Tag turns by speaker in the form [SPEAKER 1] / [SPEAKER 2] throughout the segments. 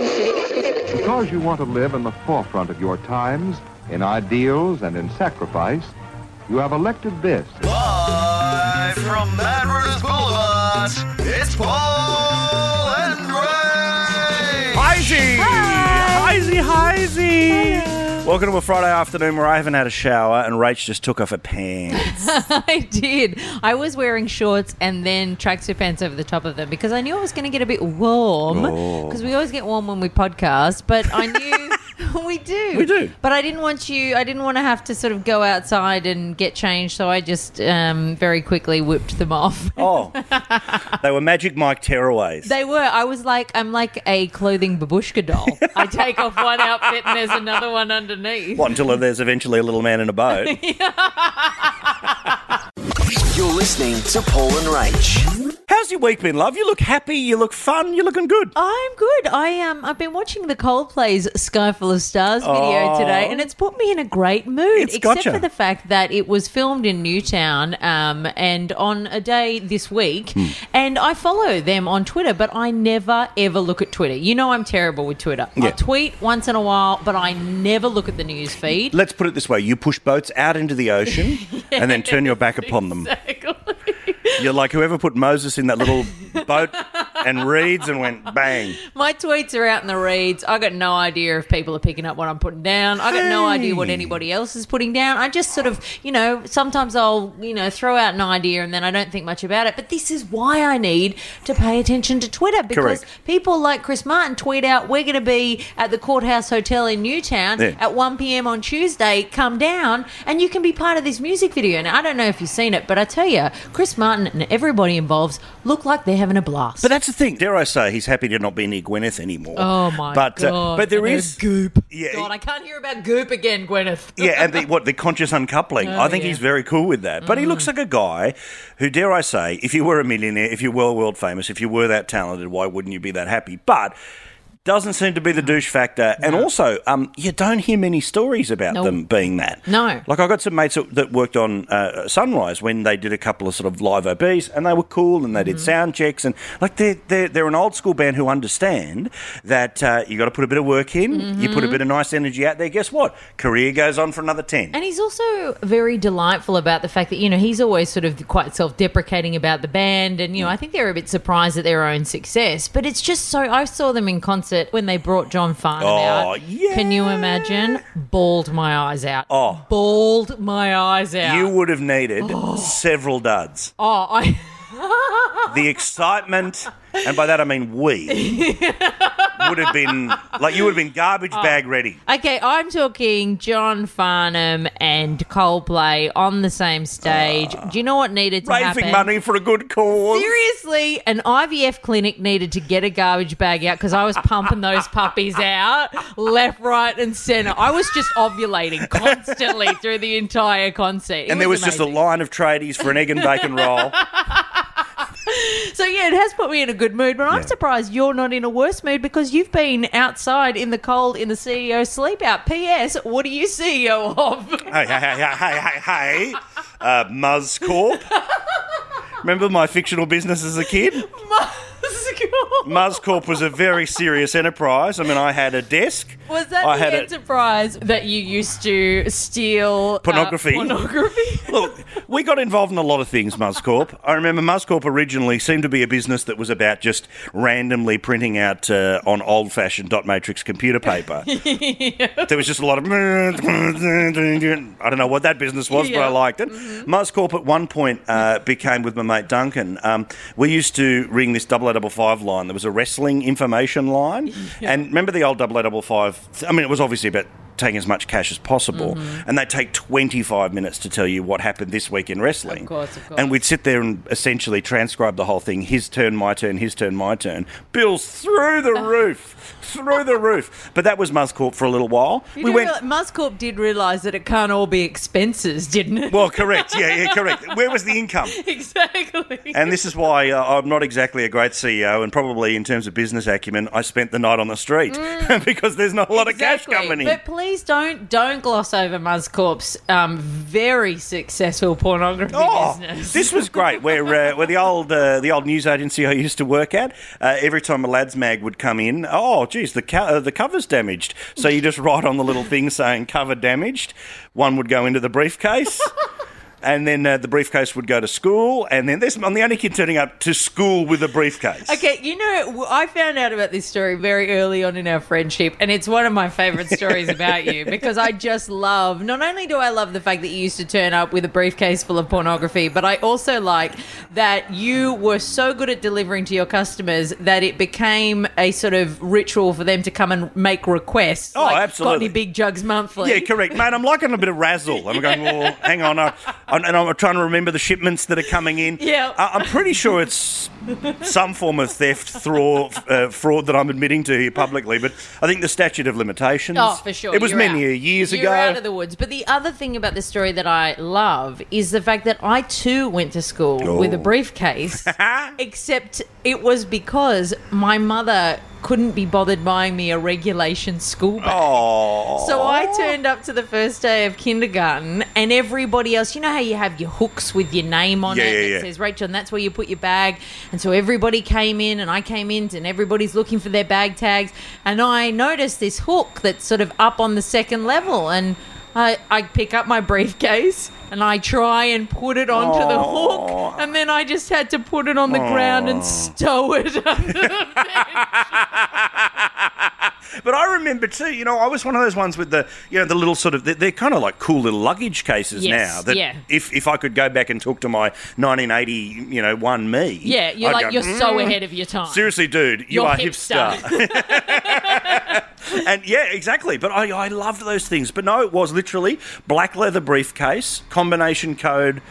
[SPEAKER 1] Because you want to live in the forefront of your times, in ideals and in sacrifice, you have elected this.
[SPEAKER 2] Live from Mad Runners Boulevard, it's Paul and Ray.
[SPEAKER 3] Heisey! Heisey, Heisey! Welcome to a Friday afternoon where I haven't had a shower and Rach just took off her pants.
[SPEAKER 4] I did. I was wearing shorts and then tracksuit pants over the top of them because I knew it was going to get a bit warm
[SPEAKER 3] Oh.
[SPEAKER 4] because we always get warm when we podcast, but I knew we do.
[SPEAKER 3] We do.
[SPEAKER 4] But I didn't want you I didn't want to have to sort of go outside and get changed, so I just um, very quickly whipped them off.
[SPEAKER 3] Oh, they were Magic Mike tearaways.
[SPEAKER 4] They were. I was like, I'm like a clothing babushka doll. I take off one outfit and there's another one underneath.
[SPEAKER 3] what, until there's eventually a little man in a boat?
[SPEAKER 2] You're listening to Paul and Rach.
[SPEAKER 3] How's your week been, love? You look happy, you look fun, you're looking good.
[SPEAKER 4] I'm good. I um, I've been watching the Coldplay's "Sky Full of Stars" video
[SPEAKER 3] Oh.
[SPEAKER 4] today, and it's put me in a great mood.
[SPEAKER 3] It's
[SPEAKER 4] except
[SPEAKER 3] gotcha.
[SPEAKER 4] for the fact that it was filmed in Newtown, um, and on a day this week.
[SPEAKER 3] Hmm.
[SPEAKER 4] And I follow them on Twitter, but I never ever look at Twitter. You know, I'm terrible with Twitter.
[SPEAKER 3] Yeah.
[SPEAKER 4] I tweet once in a while, but I never look at the news feed.
[SPEAKER 3] Let's put it this way you push boats out into the ocean and then turn your back upon them. You're like whoever put Moses in that little boat and reeds and went bang.
[SPEAKER 4] My tweets are out in the reads. I got no idea if people are picking up what I'm putting down. I got no
[SPEAKER 3] Hey.
[SPEAKER 4] idea what anybody else is putting down. I just sort of, you know, sometimes I'll, you know, throw out an idea and then I don't think much about it. But this is why I need to pay attention to Twitter because
[SPEAKER 3] Correct.
[SPEAKER 4] people like Chris Martin tweet out, "We're going to be at the Courthouse Hotel in Newtown
[SPEAKER 3] Yeah.
[SPEAKER 4] at 1 p.m. on Tuesday. Come down and you can be part of this music video." Now I don't know if you've seen it, but I tell you, Chris Martin and everybody involved look like they're having a blast.
[SPEAKER 3] But that's the thing. Dare I say, he's happy to not be near Gwyneth anymore.
[SPEAKER 4] Oh my
[SPEAKER 3] but, uh,
[SPEAKER 4] god!
[SPEAKER 3] but there
[SPEAKER 4] And
[SPEAKER 3] is
[SPEAKER 4] goop.
[SPEAKER 3] Yeah.
[SPEAKER 4] God, I can't hear about goop again, Gwyneth.
[SPEAKER 3] yeah, and the, what the conscious uncoupling. I think
[SPEAKER 4] Oh, yeah. Mm.
[SPEAKER 3] he's very cool with that. But he looks like a guy who, dare I say, if you were a millionaire, if you were world famous, if you were that talented, why wouldn't you be that happy? But doesn't seem to be the douche factor, and also um, you don't hear many stories about
[SPEAKER 4] No.
[SPEAKER 3] them being that.
[SPEAKER 4] No.
[SPEAKER 3] like I got some mates that- that worked on uh, Sunrise when they did a couple of sort of live OBs, and they were cool, and they
[SPEAKER 4] Mm-hmm.
[SPEAKER 3] did sound checks, and like they're they're, they're an old school band who understand that uh, you got to put a bit of work in, you put a
[SPEAKER 4] Mm-hmm.
[SPEAKER 3] bit of nice energy out there. Guess what? Career goes on for another ten.
[SPEAKER 4] And he's also very delightful about the fact that, you know, he's always sort of quite self deprecating about the band. And, you know,
[SPEAKER 3] Mm.
[SPEAKER 4] I think they're a bit surprised at their own success. But it's just so. I saw them in concert when they brought John Farnham
[SPEAKER 3] Oh,
[SPEAKER 4] out. Can you
[SPEAKER 3] yeah.
[SPEAKER 4] imagine? Bawled my eyes out.
[SPEAKER 3] Oh.
[SPEAKER 4] Bawled my eyes out.
[SPEAKER 3] you would have needed several duds.
[SPEAKER 4] Oh, I.
[SPEAKER 3] the excitement, and by that I mean we, would have been like you would have been garbage
[SPEAKER 4] Oh.
[SPEAKER 3] bag ready.
[SPEAKER 4] Okay, I'm talking John Farnham and Coldplay on the same stage.
[SPEAKER 3] Ah.
[SPEAKER 4] Do you know what needed to
[SPEAKER 3] Raising
[SPEAKER 4] happen?
[SPEAKER 3] money for a good cause.
[SPEAKER 4] Seriously, an IVF clinic needed to get a garbage bag out because I was pumping those puppies out left, right, and center. I was just ovulating constantly through the entire concert. It
[SPEAKER 3] And there was just a
[SPEAKER 4] amazing.
[SPEAKER 3] line of tradies for an egg and bacon roll.
[SPEAKER 4] So yeah, it has put me in a good mood, but I'm surprised you're not in a worse mood because you've been outside in the cold in the E CEO sleep out. P.S. What are you CEO of?
[SPEAKER 3] hey, hey, hey, hey, hey, hey, hey. Uh, Muzz Corp. Remember my fictional business as a kid?
[SPEAKER 4] Musk.
[SPEAKER 3] Muzz Corp was a very serious enterprise. I mean, I had a desk.
[SPEAKER 4] Was that
[SPEAKER 3] I
[SPEAKER 4] the
[SPEAKER 3] had a-
[SPEAKER 4] enterprise that you used to steal uh,
[SPEAKER 3] Pornography.
[SPEAKER 4] pornography.
[SPEAKER 3] Look, we got involved in a lot of things, MuzzCorp. I remember MuzzCorp originally seemed to be a business that was about just randomly printing out uh, on old fashioned dot matrix computer paper. There was just a lot of. I don't know what that business was, but
[SPEAKER 4] Yeah. Mm-hmm.
[SPEAKER 3] I liked it. MuzzCorp at one point uh, became, with my mate Duncan, um, we used to ring this 0055 line. There was a wrestling information line. And remember the old 0055? I mean, it was obviously about taking as much cash as possible.
[SPEAKER 4] Mm-hmm.
[SPEAKER 3] And they take 25 minutes to tell you what happened this week in wrestling.
[SPEAKER 4] Of course, of course.
[SPEAKER 3] And we'd sit there and essentially transcribe the whole thing his turn, my turn, his turn, my turn. Bills through the roof. through the roof. But that was MuzzCorp for a little while.
[SPEAKER 4] You do reali- Muscorp did realise that it can't all be expenses, didn't it?
[SPEAKER 3] Well, correct. Yeah, yeah, correct. Where was the income?
[SPEAKER 4] exactly.
[SPEAKER 3] And this is why uh, I'm not exactly a great CEO, and probably in terms of business acumen, I spent the night on the street because there's not a lot of cash
[SPEAKER 4] Mm. Exactly.
[SPEAKER 3] coming in.
[SPEAKER 4] But please please don't don't gloss over Muzcorp's um, very successful pornography
[SPEAKER 3] Oh,
[SPEAKER 4] business.
[SPEAKER 3] this was great. Where uh, where the old uh, the old news agency I used to work at, uh, every time a lads mag would come in, oh geez, the co- uh, the cover's damaged. So you just write on the little thing saying cover damaged. One would go into the briefcase. And then uh, the briefcase would go to school, and then there's, I'm the only kid turning up to school with a briefcase.
[SPEAKER 4] Okay, you know, w- I found out about this story very early on in our friendship, and it's one of my favorite stories about you because I just love. Not only do I love the fact that you used to turn up with a briefcase full of pornography, but I also like that you were so good at delivering to your customers that it became a sort of ritual for them to come and make requests.
[SPEAKER 3] Oh,
[SPEAKER 4] like, Got
[SPEAKER 3] absolutely.
[SPEAKER 4] any big jugs monthly?
[SPEAKER 3] Yeah, correct, mate. I'm liking a bit of razzle. I'm going, well, hang on, I, I'm, and I'm trying to remember the shipments that are coming in.
[SPEAKER 4] Yeah.
[SPEAKER 3] I, I'm pretty sure it's some form of theft, fraud, uh, fraud that I'm admitting to here publicly. But I think the statute of limitations.
[SPEAKER 4] Oh, for sure.
[SPEAKER 3] It was
[SPEAKER 4] You're
[SPEAKER 3] many
[SPEAKER 4] out.
[SPEAKER 3] years
[SPEAKER 4] You're
[SPEAKER 3] ago.
[SPEAKER 4] out of the woods. But the other thing about this story that I love is the fact that I too went to school
[SPEAKER 3] Oh.
[SPEAKER 4] with a briefcase, except it was because my mother couldn't be bothered buying me a regulation school bag.
[SPEAKER 3] oh,
[SPEAKER 4] So I turned up to the first day of kindergarten, and everybody else, you know how you have your hooks with your name on
[SPEAKER 3] Yeah,
[SPEAKER 4] it
[SPEAKER 3] yeah,
[SPEAKER 4] that
[SPEAKER 3] yeah.
[SPEAKER 4] says Rachel, and that's where you put your bag. And so everybody came in, and I came in, and everybody's looking for their bag tags. And I noticed this hook that's sort of up on the second level, and I, I pick up my briefcase and I try and put it onto the hook, and then I just had to put it on the ground and stow it under the bed.
[SPEAKER 3] But I remember too. You know, I was one of those ones with the, you know, the little sort of. They're, they're kind of like cool little luggage cases
[SPEAKER 4] Yes,
[SPEAKER 3] now. That
[SPEAKER 4] yeah.
[SPEAKER 3] if if I could go back and talk to my 1980, you know, one me.
[SPEAKER 4] Yeah, you're
[SPEAKER 3] I'd
[SPEAKER 4] like,
[SPEAKER 3] go,
[SPEAKER 4] you're so
[SPEAKER 3] "Mm,
[SPEAKER 4] ahead of your time.
[SPEAKER 3] Seriously, dude, you
[SPEAKER 4] You're
[SPEAKER 3] are
[SPEAKER 4] hipster.
[SPEAKER 3] hipster. and yeah, exactly. But I, I loved those things. But no, it was literally black leather briefcase. Combination code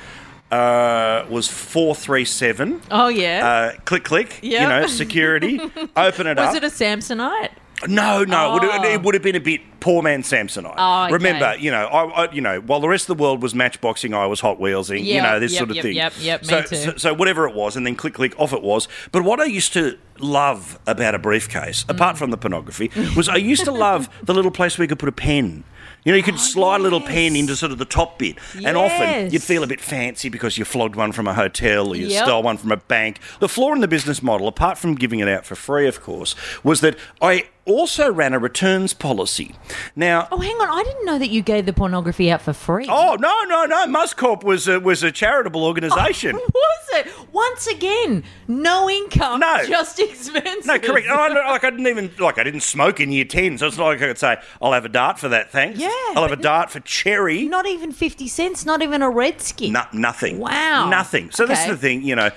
[SPEAKER 3] uh, was four three seven.
[SPEAKER 4] Oh, yeah.
[SPEAKER 3] Uh, click, click.
[SPEAKER 4] Yeah.
[SPEAKER 3] You know, security. Open it
[SPEAKER 4] Was
[SPEAKER 3] up.
[SPEAKER 4] it a Samsonite?
[SPEAKER 3] No, no, it, would have,
[SPEAKER 4] Oh.
[SPEAKER 3] it would have been a bit poor man Samsonite.
[SPEAKER 4] Oh, okay.
[SPEAKER 3] Remember, you know, I, I, you know, while the rest of the world was matchboxing, I was hot wheelsing.
[SPEAKER 4] Yeah,
[SPEAKER 3] you know, this
[SPEAKER 4] yep,
[SPEAKER 3] sort of
[SPEAKER 4] yep,
[SPEAKER 3] thing.
[SPEAKER 4] yep, yep, me
[SPEAKER 3] so,
[SPEAKER 4] too.
[SPEAKER 3] So, so whatever it was, and then click, click, off it was. But what I used to love about a briefcase,
[SPEAKER 4] Mm.
[SPEAKER 3] apart from the pornography, was I used to love the little place where you could put a pen. You know, you could slide a little pen
[SPEAKER 4] Oh, yes.
[SPEAKER 3] into sort of the top bit, and often
[SPEAKER 4] Yes.
[SPEAKER 3] you'd feel a bit fancy because you flogged one from a hotel or you
[SPEAKER 4] Yep.
[SPEAKER 3] stole one from a bank. The flaw in the business model, apart from giving it out for free, of course, was that I also ran a returns policy. Now,
[SPEAKER 4] Oh, hang on. I didn't know that you gave the pornography out for free.
[SPEAKER 3] oh no, no, no, Muscorp was a, was a charitable organisation.
[SPEAKER 4] Was it? Once again, no income,
[SPEAKER 3] No.
[SPEAKER 4] just expenses.
[SPEAKER 3] No, correct. Oh. And I, like I didn't even like I didn't smoke in year ten, so it's not like I could say I'll have a dart for that. Thanks.
[SPEAKER 4] Yeah,
[SPEAKER 3] I'll have a
[SPEAKER 4] but
[SPEAKER 3] dart for cherry.
[SPEAKER 4] Not even 50 cents, not even a redskin.
[SPEAKER 3] No, nothing.
[SPEAKER 4] Wow.
[SPEAKER 3] Nothing. So that's
[SPEAKER 4] Okay.
[SPEAKER 3] the thing, you know.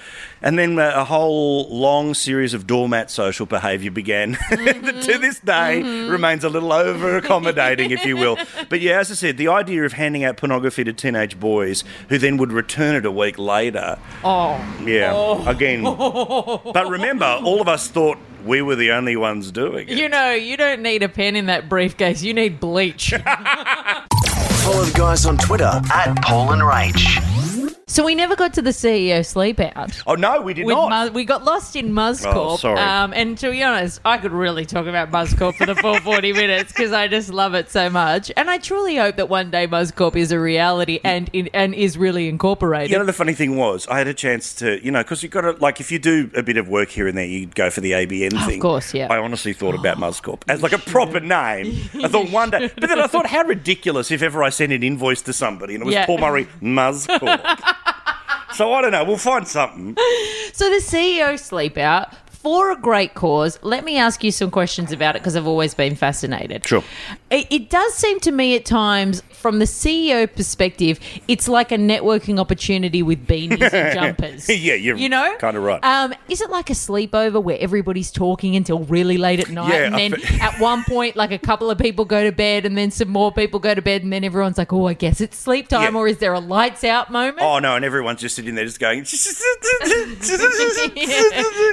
[SPEAKER 3] And then uh, a whole long series of doormat social behaviour began that to this day
[SPEAKER 4] Mm-hmm.
[SPEAKER 3] remains a little over accommodating, if you will. But yeah, as I said, the idea of handing out pornography to teenage boys who then would return it a week later.
[SPEAKER 4] Oh.
[SPEAKER 3] Yeah. Again. but remember, all of us thought we were the only ones doing it.
[SPEAKER 4] You know, you don't need a pen in that briefcase. You need bleach.
[SPEAKER 2] Follow the guys on Twitter at Paul and Rach.
[SPEAKER 4] so we never got to the CEO sleepout.
[SPEAKER 3] Oh no, we did
[SPEAKER 4] with
[SPEAKER 3] not.
[SPEAKER 4] Muzz, we got lost in MuzzCorp.
[SPEAKER 3] Oh, sorry.
[SPEAKER 4] Um, and to be honest, I could really talk about MuzzCorp for the full 40 minutes because I just love it so much. And I truly hope that one day MuzzCorp is a reality and in, and is really incorporated.
[SPEAKER 3] You know, the funny thing was, I had a chance to, you know, because you've got to, like, if you do a bit of work here and there, you'd go for the ABN thing.
[SPEAKER 4] course, yeah.
[SPEAKER 3] I honestly thought about Muscorp as, like, a proper name. I thought one day, but then I thought, how ridiculous if ever I sent an invoice to somebody and it was
[SPEAKER 4] Yeah.
[SPEAKER 3] Paul Murray Muscorp. so I don't know. We'll find something.
[SPEAKER 4] So the E CEO sleepout for a great cause. Let me ask you some questions about it because I've always been fascinated.
[SPEAKER 3] Sure.
[SPEAKER 4] It, it does seem to me at times, from the CEO perspective, it's like a networking opportunity with beanies and jumpers.
[SPEAKER 3] Yeah, you're
[SPEAKER 4] you know
[SPEAKER 3] kinda right.
[SPEAKER 4] Um, is it like a sleepover where everybody's talking until really late at night,
[SPEAKER 3] Yeah,
[SPEAKER 4] and
[SPEAKER 3] I
[SPEAKER 4] then
[SPEAKER 3] fe-
[SPEAKER 4] at one point, like a couple of people go to bed, and then some more people go to bed, and then everyone's like, "Oh, I guess it's sleep time,"
[SPEAKER 3] Yeah.
[SPEAKER 4] or is there a lights out moment?
[SPEAKER 3] Oh, no. And everyone's just sitting there just going,
[SPEAKER 4] Yeah.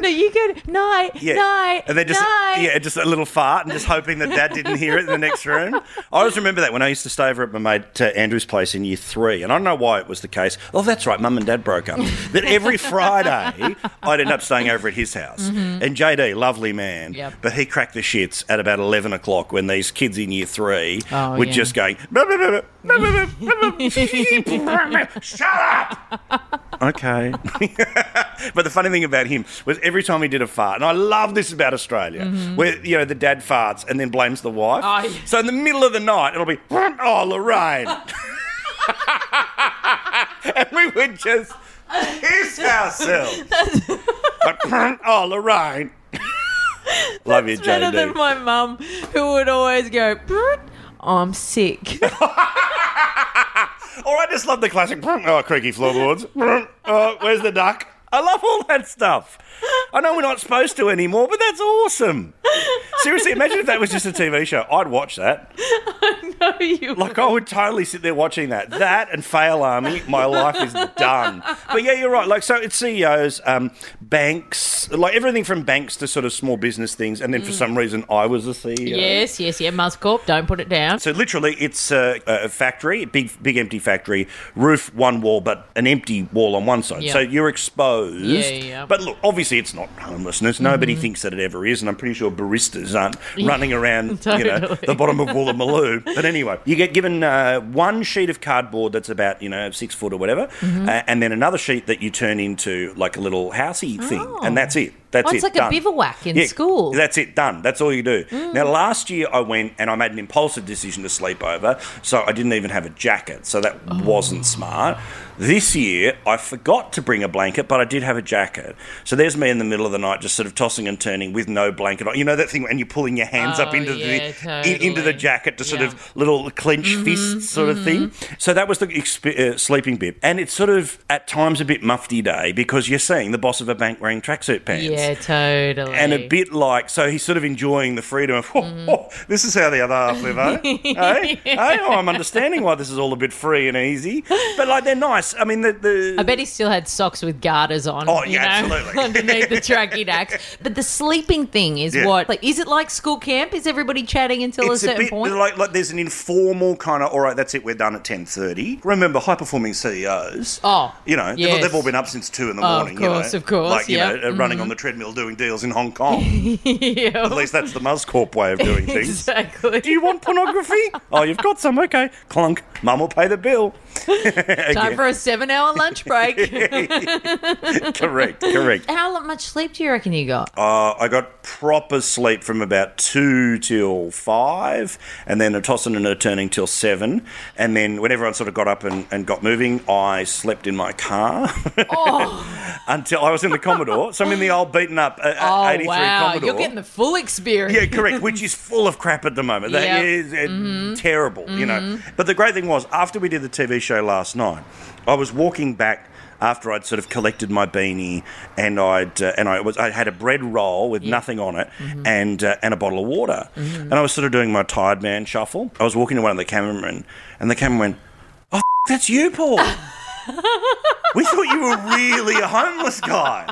[SPEAKER 4] no, you go good night, night,
[SPEAKER 3] and they just
[SPEAKER 4] night.
[SPEAKER 3] yeah, just a little fart and just hoping that dad didn't hear it in the next room. I always remember that when I used to stay over at my mate uh, Andrew's place in year three, and I don't know why it was the case. Oh, that's right, mum and dad broke up. that every Friday I'd end up staying over at his house, and JD, lovely man,
[SPEAKER 4] Yep.
[SPEAKER 3] but he cracked the shits at about eleven o'clock when these kids in year three
[SPEAKER 4] Oh,
[SPEAKER 3] were
[SPEAKER 4] yeah.
[SPEAKER 3] just going. "Blah, blah, blah, blah, blah, blah, blah, blah." Shut up. Okay. But the funny thing about him was every time he did a fart, and I love this about Australia, where you know the dad farts and then blames the wife.
[SPEAKER 4] Mm-hmm. Oh, yeah.
[SPEAKER 3] So in the middle of the night, it'll be oh Lorraine, and we would just kiss ourselves. but oh Lorraine, love you,
[SPEAKER 4] It's better
[SPEAKER 3] JD.
[SPEAKER 4] than my mum, who would always go, "Brrrt, I'm sick.
[SPEAKER 3] or I just love the classic oh creaky floorboards. oh, where's the duck? I love all that stuff. I know we're not supposed to anymore, but that's awesome. Seriously, imagine if that was just a TV show. I'd watch that.
[SPEAKER 4] no, you
[SPEAKER 3] Like, I would totally sit there watching that. That and Fail Army, my life is done. But yeah, you're right. Like, so it's CEOs, um, banks, like everything from banks to sort of small business things. And then for some reason, I was E the CEO.
[SPEAKER 4] Yes, yes, yeah. Muscorp, don't put it down.
[SPEAKER 3] So literally, it's a, a factory, big, big empty factory, roof one wall, but an empty wall on one side.
[SPEAKER 4] Yeah.
[SPEAKER 3] So you're exposed.
[SPEAKER 4] Yeah, yeah. Mm-hmm.
[SPEAKER 3] But look, obviously, it's not homelessness. Nobody thinks that it ever is, and I'm pretty sure baristas aren't running around, you know,
[SPEAKER 4] Totally.
[SPEAKER 3] the bottom of Woolloomooloo. but anyway, you get given uh, one sheet of cardboard that's about you know six foot or whatever,
[SPEAKER 4] Mm-hmm.
[SPEAKER 3] uh, and then another sheet that you turn into like a little housey thing, and that's it. That's
[SPEAKER 4] Oh, it's
[SPEAKER 3] it.
[SPEAKER 4] like a
[SPEAKER 3] done.
[SPEAKER 4] bivouac in school. Mm.
[SPEAKER 3] That's it, done. That's all you do. Now, last year I went and I made an impulsive decision to sleep over, so I didn't even have a jacket, so that
[SPEAKER 4] Oh.
[SPEAKER 3] wasn't smart. This year I forgot to bring a blanket, but I did have a jacket. So there's me in the middle of the night, just sort of tossing and turning with no blanket. on. You know that thing, and you're pulling your hands up
[SPEAKER 4] Oh,
[SPEAKER 3] into
[SPEAKER 4] yeah,
[SPEAKER 3] the in- into the
[SPEAKER 4] totally.
[SPEAKER 3] jacket to sort
[SPEAKER 4] Yeah. Mm-hmm,
[SPEAKER 3] of little clenched fists sort of thing. So that was the exp- uh, sleeping bit, and it's sort of at times a bit mufti day because you're seeing the boss of a bank wearing tracksuit pants
[SPEAKER 4] Yeah, totally.
[SPEAKER 3] and a bit like so he's sort of enjoying the freedom of "Oh, oh, this is how the other half live eh? eh? Eh? Oh, i'm understanding why this is all a bit free and easy but like they're nice i mean the, the
[SPEAKER 4] I bet he still had socks with garters on.
[SPEAKER 3] Oh,
[SPEAKER 4] you
[SPEAKER 3] yeah,
[SPEAKER 4] know,
[SPEAKER 3] absolutely.
[SPEAKER 4] underneath the tracky dacks. But the sleeping thing is
[SPEAKER 3] Yeah.
[SPEAKER 4] what? Like, is it like school camp? Is everybody chatting until
[SPEAKER 3] it's
[SPEAKER 4] a
[SPEAKER 3] a
[SPEAKER 4] certain
[SPEAKER 3] bit
[SPEAKER 4] point?
[SPEAKER 3] like like there's an informal kind of all right that's it we're done at 10.30 remember high performing ceos
[SPEAKER 4] Oh,
[SPEAKER 3] you know they've-
[SPEAKER 4] yes.
[SPEAKER 3] they've, all been up since 2 in the
[SPEAKER 4] Oh, of
[SPEAKER 3] morning
[SPEAKER 4] course,
[SPEAKER 3] you know
[SPEAKER 4] of course,
[SPEAKER 3] like you
[SPEAKER 4] yeah. Mm-hmm.
[SPEAKER 3] know uh, running on the treadmill doing deals in hong kong
[SPEAKER 4] Yeah.
[SPEAKER 3] at least that's the muscorp way of doing things
[SPEAKER 4] exactly.
[SPEAKER 3] Do you want pornography? oh, you've got some. Okay. Clunk. Mum will pay the bill.
[SPEAKER 4] Time for a seven-hour lunch break.
[SPEAKER 3] correct. Correct.
[SPEAKER 4] How much sleep do you reckon you got?
[SPEAKER 3] Uh, I got proper sleep from about two till five, and then a tossing and a turning till seven. And then when everyone sort of got up and, and got moving, I slept in my car until I was in the Commodore. So I'm in the old beaten up uh,
[SPEAKER 4] oh
[SPEAKER 3] 83
[SPEAKER 4] wow,
[SPEAKER 3] Commodore.
[SPEAKER 4] you're getting the full experience.
[SPEAKER 3] Yeah, correct. Which is full of crap at the moment. That
[SPEAKER 4] Yeah.
[SPEAKER 3] is uh, terrible, you know. But the great thing was, after we did the TV show last night, I was walking back after I'd sort of collected my beanie and I'd uh, and I was I had a bread roll with nothing on it and uh, and a bottle of water, and I was sort of doing my tired man shuffle. I was walking to one of the cameramen, and the cameraman, "Oh, f- that's you, Paul." we thought you were really a homeless guy.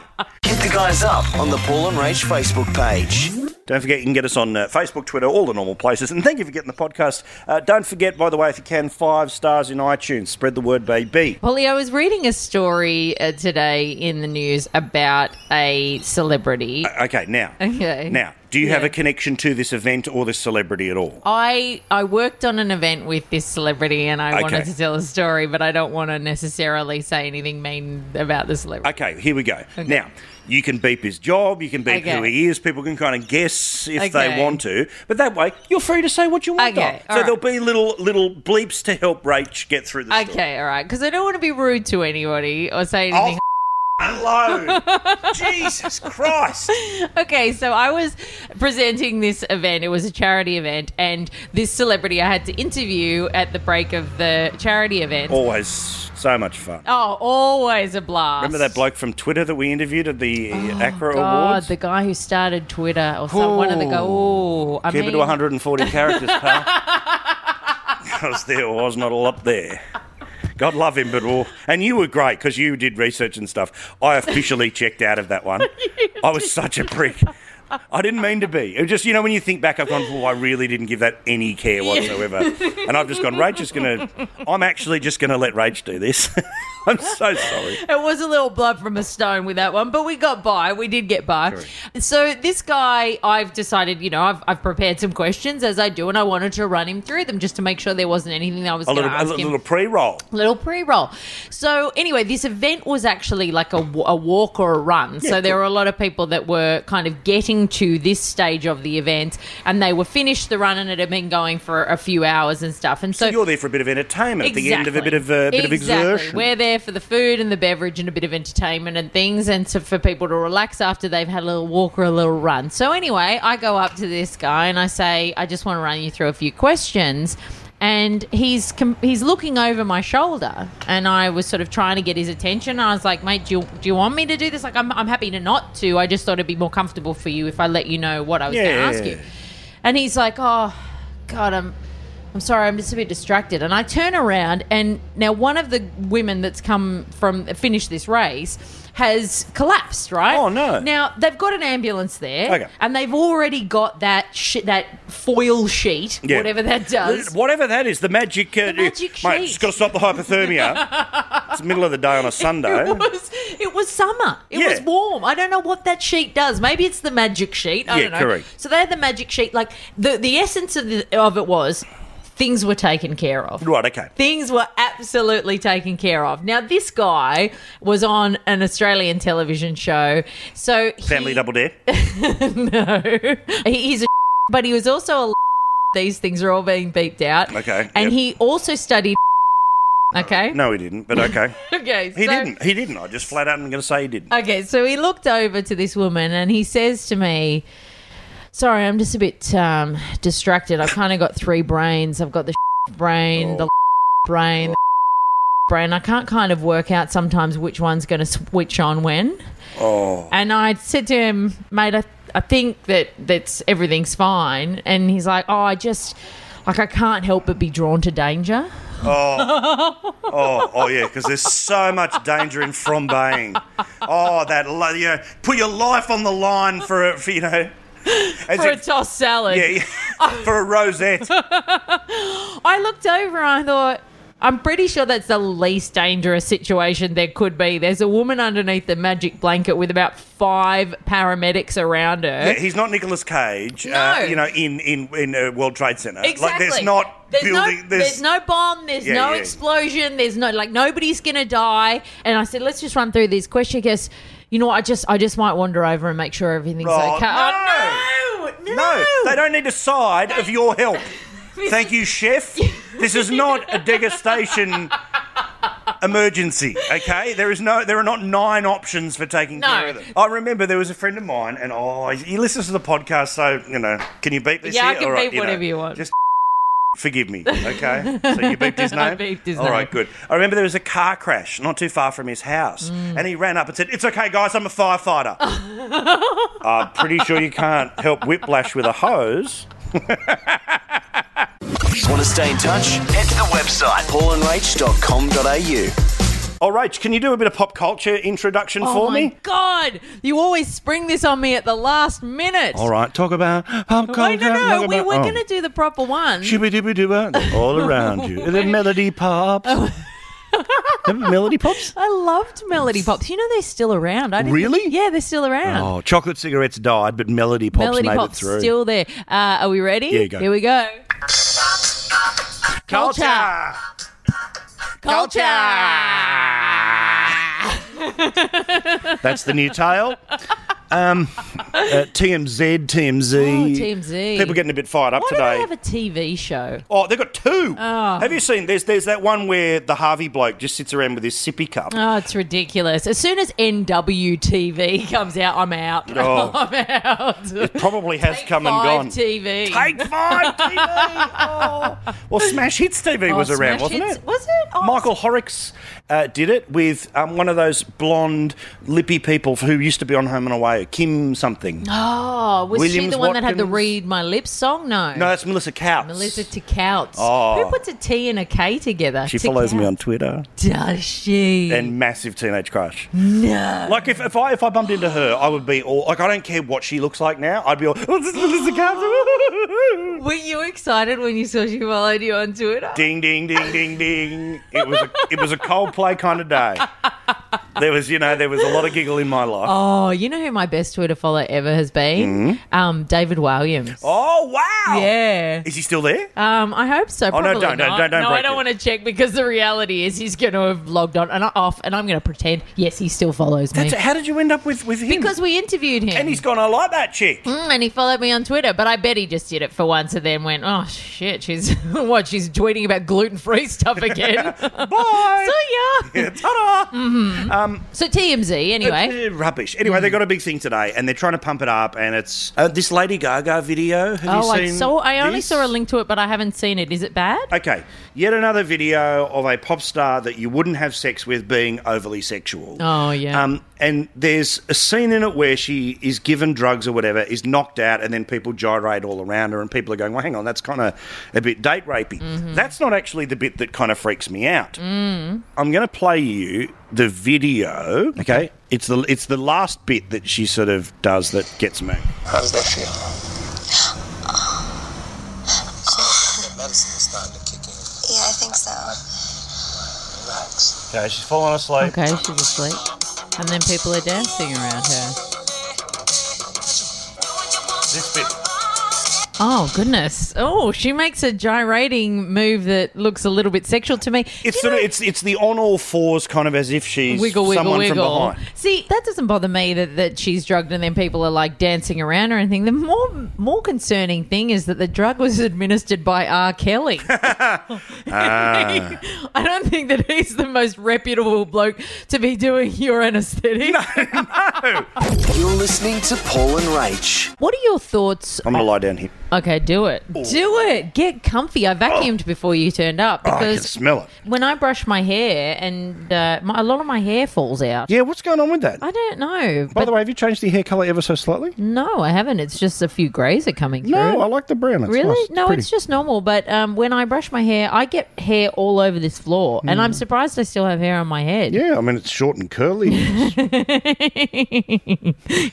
[SPEAKER 2] Hit the guys up on the Paul and Rach Facebook page.
[SPEAKER 3] Don't forget, you can get us on uh, Facebook, Twitter, all the normal places. And thank you for getting the podcast. Uh, don't forget, by the way, if you can, five stars in iTunes. Spread the word, baby.
[SPEAKER 4] Polly, I was reading a story uh, today in the news about a celebrity.
[SPEAKER 3] Okay, now.
[SPEAKER 4] Okay.
[SPEAKER 3] Uh, Now, do you have
[SPEAKER 4] Yeah.
[SPEAKER 3] a connection to this event or this celebrity at all?
[SPEAKER 4] I I worked on an event with this celebrity and I wanted
[SPEAKER 3] Okay.
[SPEAKER 4] to tell a story, but I don't want to necessarily say anything mean about the celebrity.
[SPEAKER 3] Okay, here we go. Now, you can beep his job, you can beep
[SPEAKER 4] Okay.
[SPEAKER 3] who he is, people can kind of guess if they
[SPEAKER 4] Okay.
[SPEAKER 3] want to, but that way you're free to say what you want.
[SPEAKER 4] Okay,
[SPEAKER 3] Doc. So
[SPEAKER 4] all right.
[SPEAKER 3] there'll be little little bleeps to help Rach get through the story.
[SPEAKER 4] Okay, all right, because I don't want to be rude to anybody or say
[SPEAKER 3] Oh,
[SPEAKER 4] anything
[SPEAKER 3] f- hello. Jesus Christ.
[SPEAKER 4] Okay, so I was presenting this event. It was a charity event, and this celebrity I had to interview at the break of the charity event. Oh,
[SPEAKER 3] Always so much fun.
[SPEAKER 4] always a blast.
[SPEAKER 3] Remember that bloke from Twitter that we interviewed at the ACRA
[SPEAKER 4] Oh, God,
[SPEAKER 3] Awards?
[SPEAKER 4] the guy who started Twitter or some, one of the go. Oh, I
[SPEAKER 3] Keep
[SPEAKER 4] mean,
[SPEAKER 3] it to 140 characters, pal. Because there was not a lot there. God love him, but all. And you were great because you did research and stuff. I officially checked out of that one. I was such a prick. I didn't mean to be. It was just, you know, when you think back, I've gone, well, I really didn't give that any care whatsoever. And I've just gone, Rach is going to, I'm actually just going to let Rach do this. I'm so sorry.
[SPEAKER 4] It was a little blood from a stone with that one, but we got by. We did get by. So this guy, I've decided, you know, I've, I've prepared some questions as I do, and I wanted to run him through them just to make sure there wasn't anything that I was
[SPEAKER 3] A
[SPEAKER 4] going to
[SPEAKER 3] little, a
[SPEAKER 4] ask
[SPEAKER 3] little,
[SPEAKER 4] him.
[SPEAKER 3] little pre roll.
[SPEAKER 4] little pre-roll so anyway this event was actually like a, w- a walk or a run so there were a lot of people that were kind of getting to this stage of the event and they were finished the run and it had been going for a few hours and stuff and so,
[SPEAKER 3] You're there for a bit of entertainment at the end of a bit of uh, bit of
[SPEAKER 4] Exactly.
[SPEAKER 3] exertion.
[SPEAKER 4] We're there for the food and the beverage and a bit of entertainment and things, and to, for people to relax after they've had a little walk or a little run. So anyway, I go up to this guy and I say, I just want to run you through a few questions. And he's com- he's looking over my shoulder, and I was sort of trying to get his attention. I was like, "Mate, do you, do you want me to do this? Like, I'm, I'm happy to not to. I just thought it'd be more comfortable for you if I let you know what I was going to
[SPEAKER 3] Yeah.
[SPEAKER 4] ask you." And he's like, "Oh, God, I'm I'm sorry, I'm just a bit distracted. And I turn around, and now one of the women that's come from finished this race has collapsed. Right?
[SPEAKER 3] Oh, no.
[SPEAKER 4] Now they've got an ambulance there,
[SPEAKER 3] Okay.
[SPEAKER 4] and they've already got that sh- that foil sheet,
[SPEAKER 3] Yeah.
[SPEAKER 4] whatever that does.
[SPEAKER 3] Whatever that is, the magic. Uh,
[SPEAKER 4] magic
[SPEAKER 3] mate,
[SPEAKER 4] sheet.
[SPEAKER 3] just got to stop the hypothermia. it's the middle of the day on a Sunday.
[SPEAKER 4] It was, it was summer. It
[SPEAKER 3] Yeah.
[SPEAKER 4] was warm. I don't know what that sheet does. Maybe it's the magic sheet. I
[SPEAKER 3] Yeah,
[SPEAKER 4] don't know.
[SPEAKER 3] correct.
[SPEAKER 4] So they had the magic sheet. Like the the essence of the, of it was things were taken care of.
[SPEAKER 3] Right, okay.
[SPEAKER 4] Things were absolutely taken care of. Now, this guy was on an Australian television show, so he,
[SPEAKER 3] Family Double Dare.
[SPEAKER 4] No, He- he's a but he was also a. These things are all being beeped out.
[SPEAKER 3] Okay,
[SPEAKER 4] and
[SPEAKER 3] yep.
[SPEAKER 4] he also studied. Okay,
[SPEAKER 3] No, he didn't, but okay.
[SPEAKER 4] okay,
[SPEAKER 3] He
[SPEAKER 4] so-
[SPEAKER 3] didn't. He didn't. I just flat out am going to say he didn't.
[SPEAKER 4] Okay, so he looked over to this woman and he says to me, "Sorry, I'm just a bit um, distracted. I've kind of got three brains. I've got the brain, the brain, the brain. I can't kind of work out sometimes which one's going to switch on when."
[SPEAKER 3] Oh,
[SPEAKER 4] And I said to him, "Mate, I, I think that that's everything's fine." And he's like, "Oh, I just like I can't help but be drawn to danger."
[SPEAKER 3] oh, oh yeah, because there's so much danger in frombaying. Oh, that, lo- you know, put your life on the line for, a, for you know. as
[SPEAKER 4] For a Oh.
[SPEAKER 3] if-
[SPEAKER 4] tossed salad.
[SPEAKER 3] yeah, yeah, for a rosette.
[SPEAKER 4] I looked over and I thought, I'm pretty sure that's the least dangerous situation there could be. There's a woman underneath the magic blanket with about five paramedics around her.
[SPEAKER 3] Yeah, he's not Nicolas Cage,
[SPEAKER 4] Eh? No.
[SPEAKER 3] uh, you know, in in, in uh, World Trade Center. Like, there's not
[SPEAKER 4] There's
[SPEAKER 3] building.
[SPEAKER 4] No,
[SPEAKER 3] there's,
[SPEAKER 4] there's no bomb. There's
[SPEAKER 3] Yeah,
[SPEAKER 4] no
[SPEAKER 3] yeah.
[SPEAKER 4] explosion. There's no like nobody's gonna die. And I said, let's just run through these questions. I guess you know what? I just I just might wander over and make sure everything's
[SPEAKER 3] Oh,
[SPEAKER 4] okay.
[SPEAKER 3] no.
[SPEAKER 4] Oh, no,
[SPEAKER 3] No, they don't need a side of your help. Thank you, chef. This is not a degustation emergency. Okay, there is no, there are not nine options for taking
[SPEAKER 4] No.
[SPEAKER 3] care of them. I remember there was a friend of mine, and oh, he listens to the podcast, so you know, can you beat this?
[SPEAKER 4] Yeah, I
[SPEAKER 3] here?
[SPEAKER 4] can
[SPEAKER 3] All right,
[SPEAKER 4] beep whatever you want.
[SPEAKER 3] Just forgive me, okay? So you beeped his name.
[SPEAKER 4] I beeped his
[SPEAKER 3] All
[SPEAKER 4] name.
[SPEAKER 3] right, good. I remember there was a car crash not too far from his house,
[SPEAKER 4] Mm.
[SPEAKER 3] and he ran up and said, "It's okay, guys, I'm a firefighter." I'm pretty sure you can't help whiplash with a hose.
[SPEAKER 2] Want to stay in touch? Head to the website paulandrach.com.au.
[SPEAKER 3] Oh, Rach, can you do a bit of pop culture introduction
[SPEAKER 4] Oh
[SPEAKER 3] for
[SPEAKER 4] my
[SPEAKER 3] me?
[SPEAKER 4] god! You always spring this on me at the last minute.
[SPEAKER 3] All right, talk about pop culture.
[SPEAKER 4] Wait, no, no,
[SPEAKER 3] talk
[SPEAKER 4] we
[SPEAKER 3] about-
[SPEAKER 4] were
[SPEAKER 3] oh.
[SPEAKER 4] going to do the proper one.
[SPEAKER 3] Shibidibidibba, all around you. The melody pops.
[SPEAKER 4] Oh.
[SPEAKER 3] Remember melody pops?
[SPEAKER 4] I loved Melody Pops. You know they're still around. I didn't
[SPEAKER 3] Really?
[SPEAKER 4] yeah, they're still around.
[SPEAKER 3] Oh, chocolate cigarettes died, but melody pops
[SPEAKER 4] Melody
[SPEAKER 3] made
[SPEAKER 4] Pops
[SPEAKER 3] it through.
[SPEAKER 4] still there. Uh, are we ready?
[SPEAKER 3] Yeah, go.
[SPEAKER 4] Here we go.
[SPEAKER 3] culture.
[SPEAKER 4] Culture.
[SPEAKER 3] That's the new tale. Um, uh, TMZ, TMZ.
[SPEAKER 4] Oh, Team Z.
[SPEAKER 3] People getting a bit fired up
[SPEAKER 4] Why do
[SPEAKER 3] today.
[SPEAKER 4] they have a TV show?
[SPEAKER 3] Oh, they've got two.
[SPEAKER 4] Oh.
[SPEAKER 3] Have you seen? There's there's that one where the Harvey bloke just sits around with his sippy cup.
[SPEAKER 4] Oh, it's ridiculous. As soon as NWTV comes out, I'm out.
[SPEAKER 3] Oh.
[SPEAKER 4] I'm out.
[SPEAKER 3] Probably has come and
[SPEAKER 4] Five
[SPEAKER 3] gone.
[SPEAKER 4] TV.
[SPEAKER 3] Take five TV. Oh. Well, Smash Hits TV was
[SPEAKER 4] Oh,
[SPEAKER 3] around,
[SPEAKER 4] Smash
[SPEAKER 3] wasn't
[SPEAKER 4] Hits-
[SPEAKER 3] it?
[SPEAKER 4] Was it? Oh,
[SPEAKER 3] Michael Horrocks uh, did it with um, one of those blonde, lippy people who used to be on Home and Away Ohio, Kim something. No,
[SPEAKER 4] Oh, was she
[SPEAKER 3] Williams,
[SPEAKER 4] the one that had the
[SPEAKER 3] Watkins.
[SPEAKER 4] "Read My Lips" song? No,
[SPEAKER 3] that's Melissa Couch.
[SPEAKER 4] Melissa Tikouts.
[SPEAKER 3] Oh.
[SPEAKER 4] Who puts a T and a K together?
[SPEAKER 3] She follows me
[SPEAKER 4] Tikouts.
[SPEAKER 3] on Twitter.
[SPEAKER 4] Does she?
[SPEAKER 3] And massive teenage crush.
[SPEAKER 4] no.
[SPEAKER 3] Like if, if I if I bumped into her, I would be all like I don't care what she looks like now. I'd be all oh, this is Melissa Couch.
[SPEAKER 4] Were you excited when you saw she followed you on Twitter?
[SPEAKER 3] ding ding ding ding ding. It was a, it was a Coldplay kind of day. There was you know there was a lot of giggle in my life. Oh,
[SPEAKER 4] Oh, you know who my best Twitter follower ever has been?
[SPEAKER 3] Mm-hmm.
[SPEAKER 4] Um, David Williams.
[SPEAKER 3] Oh. wow.
[SPEAKER 4] Yeah.
[SPEAKER 3] Is he still there?
[SPEAKER 4] Um, I hope so.
[SPEAKER 3] Oh, no,
[SPEAKER 4] Probably
[SPEAKER 3] don't, don't,
[SPEAKER 4] not.
[SPEAKER 3] don't, don't
[SPEAKER 4] no, I
[SPEAKER 3] break
[SPEAKER 4] don't
[SPEAKER 3] it.
[SPEAKER 4] want to check because the reality is he's going to have logged on and off, and I'm going to pretend yes, he still follows me
[SPEAKER 3] That's, how did you end up with with him?
[SPEAKER 4] because we interviewed him
[SPEAKER 3] and he's gone. I like that chick.
[SPEAKER 4] Mm, and he followed me on Twitter. But I bet he just did it for once and then went, oh shit, she's what? She's tweeting about gluten free stuff again.
[SPEAKER 3] Bye.
[SPEAKER 4] so yeah.
[SPEAKER 3] Yeah, ta-da.
[SPEAKER 4] So TMZ anyway.
[SPEAKER 3] Uh, Rubbish. Anyway, they got a big thing today, and they're trying to pump it up. And it's uh, this Lady Gaga video. Have you
[SPEAKER 4] Oh, I
[SPEAKER 3] seen
[SPEAKER 4] saw. I only
[SPEAKER 3] this?
[SPEAKER 4] saw a link to it, but I haven't seen it. Is it bad?
[SPEAKER 3] Okay, yet another video of a pop star that you wouldn't have sex with being overly sexual.
[SPEAKER 4] Oh, yeah.
[SPEAKER 3] Um, and there's a scene in it where she is given drugs or whatever, is knocked out, and then people gyrate all around her, and people are going, "Well, hang on, that's kind of a bit date rapey."
[SPEAKER 4] Mm-hmm.
[SPEAKER 3] That's not actually the bit that kind of freaks me out.
[SPEAKER 4] Mm.
[SPEAKER 3] I'm going to play you the video. Okay, it's the it's the last bit that she sort of does that gets me.
[SPEAKER 5] How does that feel?
[SPEAKER 6] Uh,
[SPEAKER 5] the medicine is starting to kick in.
[SPEAKER 6] Yeah, I think so.
[SPEAKER 5] Relax.
[SPEAKER 3] Okay, she's falling asleep.
[SPEAKER 4] Okay, she's asleep, and then people are dancing around her.
[SPEAKER 3] This bit.
[SPEAKER 4] Oh goodness! Oh, she makes a gyrating move that looks a little bit sexual to me.
[SPEAKER 3] It's
[SPEAKER 4] Do you
[SPEAKER 3] sort of,
[SPEAKER 4] know-
[SPEAKER 3] it's it's the on all fours kind of as if she's
[SPEAKER 4] wiggle, wiggle,
[SPEAKER 3] someone
[SPEAKER 4] wiggle.
[SPEAKER 3] from behind.
[SPEAKER 4] See, that doesn't bother me that, that she's drugged and then people are like dancing around or anything. The more more concerning thing is that the drug was administered by R. Kelly. I don't think that he's the most reputable bloke to be doing your anesthetic.
[SPEAKER 2] You're listening to Paul and Rach.
[SPEAKER 4] What are your thoughts?
[SPEAKER 3] I'm gonna lie down here.
[SPEAKER 4] Okay, do it.
[SPEAKER 3] Oh.
[SPEAKER 4] Do it. Get comfy. I vacuumed before you turned up
[SPEAKER 3] Oh, I can
[SPEAKER 4] because
[SPEAKER 3] smell it.
[SPEAKER 4] when I brush my hair and uh, my, a lot of my hair falls out.
[SPEAKER 3] Yeah, what's going on with that?
[SPEAKER 4] I don't know.
[SPEAKER 3] By
[SPEAKER 4] but
[SPEAKER 3] the way, have you changed the hair colour ever so slightly?
[SPEAKER 4] No, I haven't. It's just a few greys are coming through.
[SPEAKER 3] No, I like the brown. It's
[SPEAKER 4] really?
[SPEAKER 3] nice.
[SPEAKER 4] no,
[SPEAKER 3] pretty.
[SPEAKER 4] it's just normal. But um, when I brush my hair, I get hair all over this floor, and I'm surprised I still have hair on my head.
[SPEAKER 3] Hmm. Yeah, I mean it's short and curly.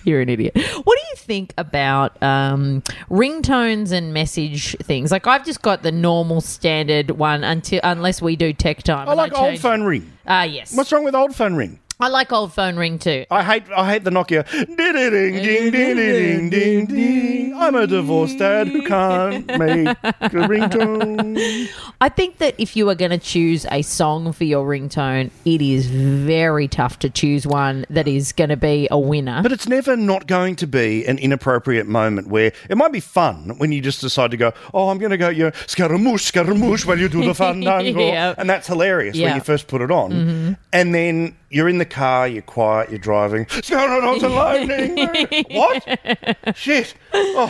[SPEAKER 4] You're an idiot. What do you think about um, ringtones and message things? Like I've just got the normal standard one until unless we do tech time.
[SPEAKER 3] I
[SPEAKER 4] and
[SPEAKER 3] like old
[SPEAKER 4] change-
[SPEAKER 3] phone ring.
[SPEAKER 4] Ah, yes.
[SPEAKER 3] What's wrong with old phone ring?
[SPEAKER 4] I like old phone ring too.
[SPEAKER 3] I hate I hate the Nokia. Ding ding ding ding ding ding. I'm a divorced dad who can't make a ringtone.
[SPEAKER 4] I think that if you are going to choose a song for your ringtone, it is very tough to choose one that is going to be a winner.
[SPEAKER 3] But it's never not going to be an inappropriate moment where it might be fun when you just decide to go, oh, I'm going to go, you know, scaramouche, scaramouche while you do the fandango.
[SPEAKER 4] Yeah.
[SPEAKER 3] And that's hilarious
[SPEAKER 4] Yeah. Mm-hmm.
[SPEAKER 3] when you first put it on. And then you're in the car, you're quiet, you're driving, scaramouche and lightning. what? Shit. Oh,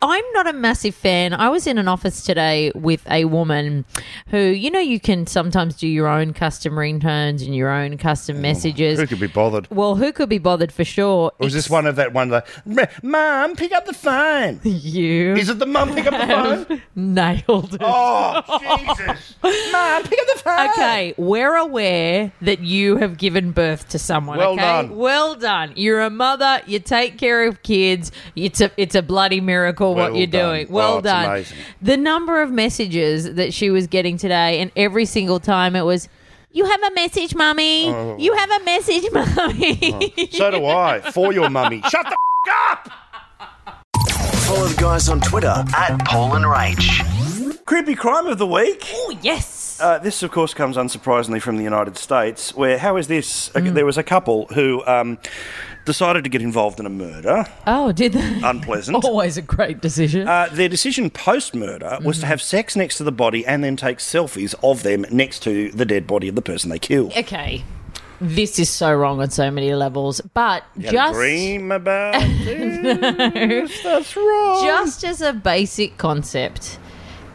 [SPEAKER 4] I'm not a massive fan. I was in an office today with a woman who, you know, you can sometimes do your own custom ringtones and your own custom messages.
[SPEAKER 3] Oh, who could be bothered?
[SPEAKER 4] well, who could be bothered for sure?
[SPEAKER 3] Or is this one of that one like, Mum, pick up the phone?
[SPEAKER 4] You
[SPEAKER 3] Is it the mum pick up the phone?
[SPEAKER 4] nailed it.
[SPEAKER 3] Oh, Jesus. Mum, pick up the phone.
[SPEAKER 4] Okay, we're aware that you have given birth to someone.
[SPEAKER 3] Well
[SPEAKER 4] okay?
[SPEAKER 3] done.
[SPEAKER 4] Well done. You're a mother. You take care of kids. It's a it's a bloody miracle what
[SPEAKER 3] Well
[SPEAKER 4] you're
[SPEAKER 3] done.
[SPEAKER 4] doing. Well
[SPEAKER 3] Oh, it's
[SPEAKER 4] done.
[SPEAKER 3] amazing.
[SPEAKER 4] The number of messages that she was getting today, and every single time it was. You have a message, mummy. You have a message, mummy.
[SPEAKER 3] Oh. So do I. For your mummy. Shut the f- up.
[SPEAKER 2] Follow the guys on Twitter at Paul and Rach.
[SPEAKER 3] Creepy crime of the week.
[SPEAKER 4] oh, yes.
[SPEAKER 3] Uh, this, of course, comes unsurprisingly from the United States, where how is this? Okay, There was a couple who um, decided to get involved in a murder.
[SPEAKER 4] Oh, did they?
[SPEAKER 3] Unpleasant.
[SPEAKER 4] Always a great decision.
[SPEAKER 3] Uh, their decision post murder was to have sex next to the body and then take selfies of them next to the dead body of the person they killed.
[SPEAKER 4] okay. This is so wrong on so many levels, but just.
[SPEAKER 3] Dream about this. That's wrong.
[SPEAKER 4] just as a basic concept,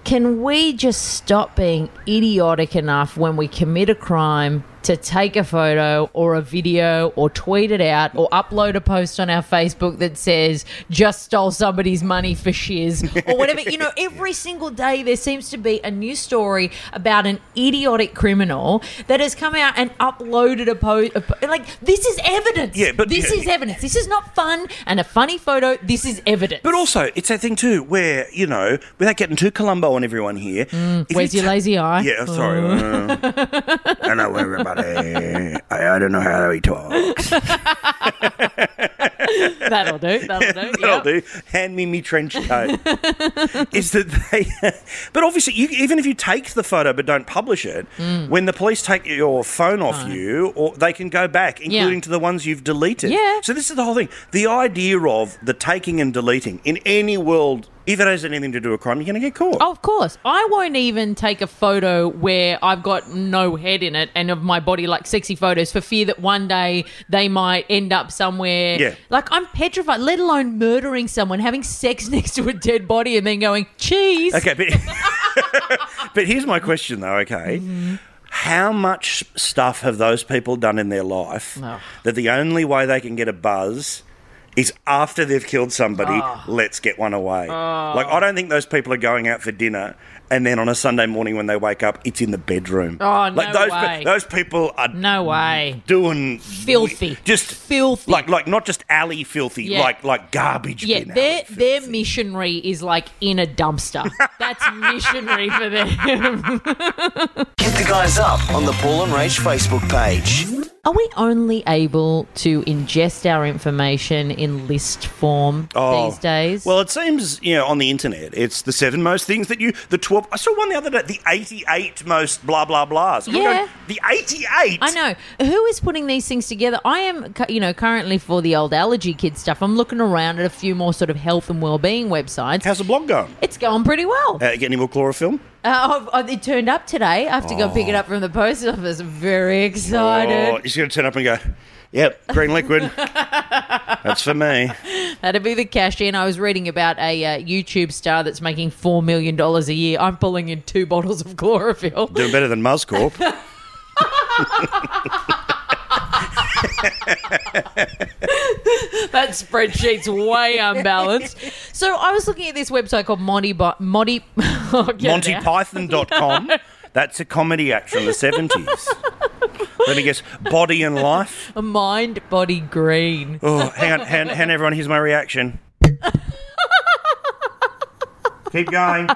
[SPEAKER 4] can we just stop being idiotic enough when we commit a crime to take a photo or a video or tweet it out or upload a post on our Facebook that says just stole somebody's money for shiz or whatever. you know, every single day there seems to be a new story about an idiotic criminal that has come out and uploaded a post. Like this is evidence.
[SPEAKER 3] Yeah, but-
[SPEAKER 4] this
[SPEAKER 3] yeah.
[SPEAKER 4] is evidence. This is not fun and a funny photo. This is evidence.
[SPEAKER 3] But also, it's that thing too where you know, without getting too Columbo on everyone here. if
[SPEAKER 4] Hmm. Where's
[SPEAKER 3] you
[SPEAKER 4] your
[SPEAKER 3] ta-
[SPEAKER 4] lazy eye?
[SPEAKER 3] Yeah, sorry. uh, Hello, everybody. I, I don't know how he talks.
[SPEAKER 4] That'll do. That'll do.
[SPEAKER 3] That'll
[SPEAKER 4] yep.
[SPEAKER 3] do. Hand me me trench coat. is that they? But obviously, you, even if you take the photo but don't publish it, when the police take your phone off you, or they can go back, including to the ones you've deleted.
[SPEAKER 4] Yeah.
[SPEAKER 3] So this is the whole thing. The idea of the taking and deleting in any world, if it has anything to do with crime, you're going to get caught.
[SPEAKER 4] Oh, of course. I won't even take a photo where I've got no head in it and of my body, like sexy photos, for fear that one day they might end up somewhere.
[SPEAKER 3] Yeah.
[SPEAKER 4] Like, I'm petrified, let alone murdering someone, having sex next to a dead body, and then going, cheese.
[SPEAKER 3] Okay, but, but here's my question though, okay? How much stuff have those people done in their life
[SPEAKER 4] Oh.
[SPEAKER 3] that the only way they can get a buzz is after they've killed somebody,
[SPEAKER 4] Ah.
[SPEAKER 3] let's get one away? Like, I don't think those people are going out for dinner and then on a Sunday morning when they wake up, it's in the bedroom.
[SPEAKER 4] Oh,
[SPEAKER 3] like,
[SPEAKER 4] no
[SPEAKER 3] those, pe-
[SPEAKER 4] way.
[SPEAKER 3] those people are
[SPEAKER 4] No way.
[SPEAKER 3] doing
[SPEAKER 4] Filthy.
[SPEAKER 3] Just
[SPEAKER 4] Filthy.
[SPEAKER 3] Like, like not just alley filthy,
[SPEAKER 4] Yeah.
[SPEAKER 3] like like garbage
[SPEAKER 4] Yeah,
[SPEAKER 3] bin
[SPEAKER 4] their
[SPEAKER 3] alley
[SPEAKER 4] their
[SPEAKER 3] filthy.
[SPEAKER 4] missionary is like in a dumpster. That's missionary for them.
[SPEAKER 2] Hit the guys up on the Paul and Rach Facebook page.
[SPEAKER 4] Are we only able to ingest our information in list form
[SPEAKER 3] Oh.
[SPEAKER 4] these days?
[SPEAKER 3] Well, it seems you know on the internet, it's the seven most things that you the twelve. I saw one the other day, the eighty-eight most blah blah blahs. I'm
[SPEAKER 4] Yeah.
[SPEAKER 3] going, the eighty-eight.
[SPEAKER 4] I know. Who is putting these things together? I am, cu- you know, currently for the old allergy kid stuff, I'm looking around at a few more sort of health and well-being websites.
[SPEAKER 3] How's the blog going?
[SPEAKER 4] it's going pretty well.
[SPEAKER 3] Uh, get any more chlorophyll?
[SPEAKER 4] Uh, I've- I- it turned up today. I have to go pick it up from the post office. Very
[SPEAKER 3] Oh,
[SPEAKER 4] excited.
[SPEAKER 3] he's going to turn up and go. Yep, green liquid. That's for me.
[SPEAKER 4] That'll be the cash in. I was reading about a uh, YouTube star that's making $4 million a year. I'm pulling in two bottles of chlorophyll.
[SPEAKER 3] Doing better than Muscorp.
[SPEAKER 4] that spreadsheet's way unbalanced. So I was looking at this website called Monty... Bo- Monty... I'll get it out.
[SPEAKER 3] MontyPython.com. That's a comedy act from the 70s. Let me guess. Body and life.
[SPEAKER 4] A Mind, body, green.
[SPEAKER 3] Oh, hang on, hang, hang on, everyone. Here's my reaction. Keep going.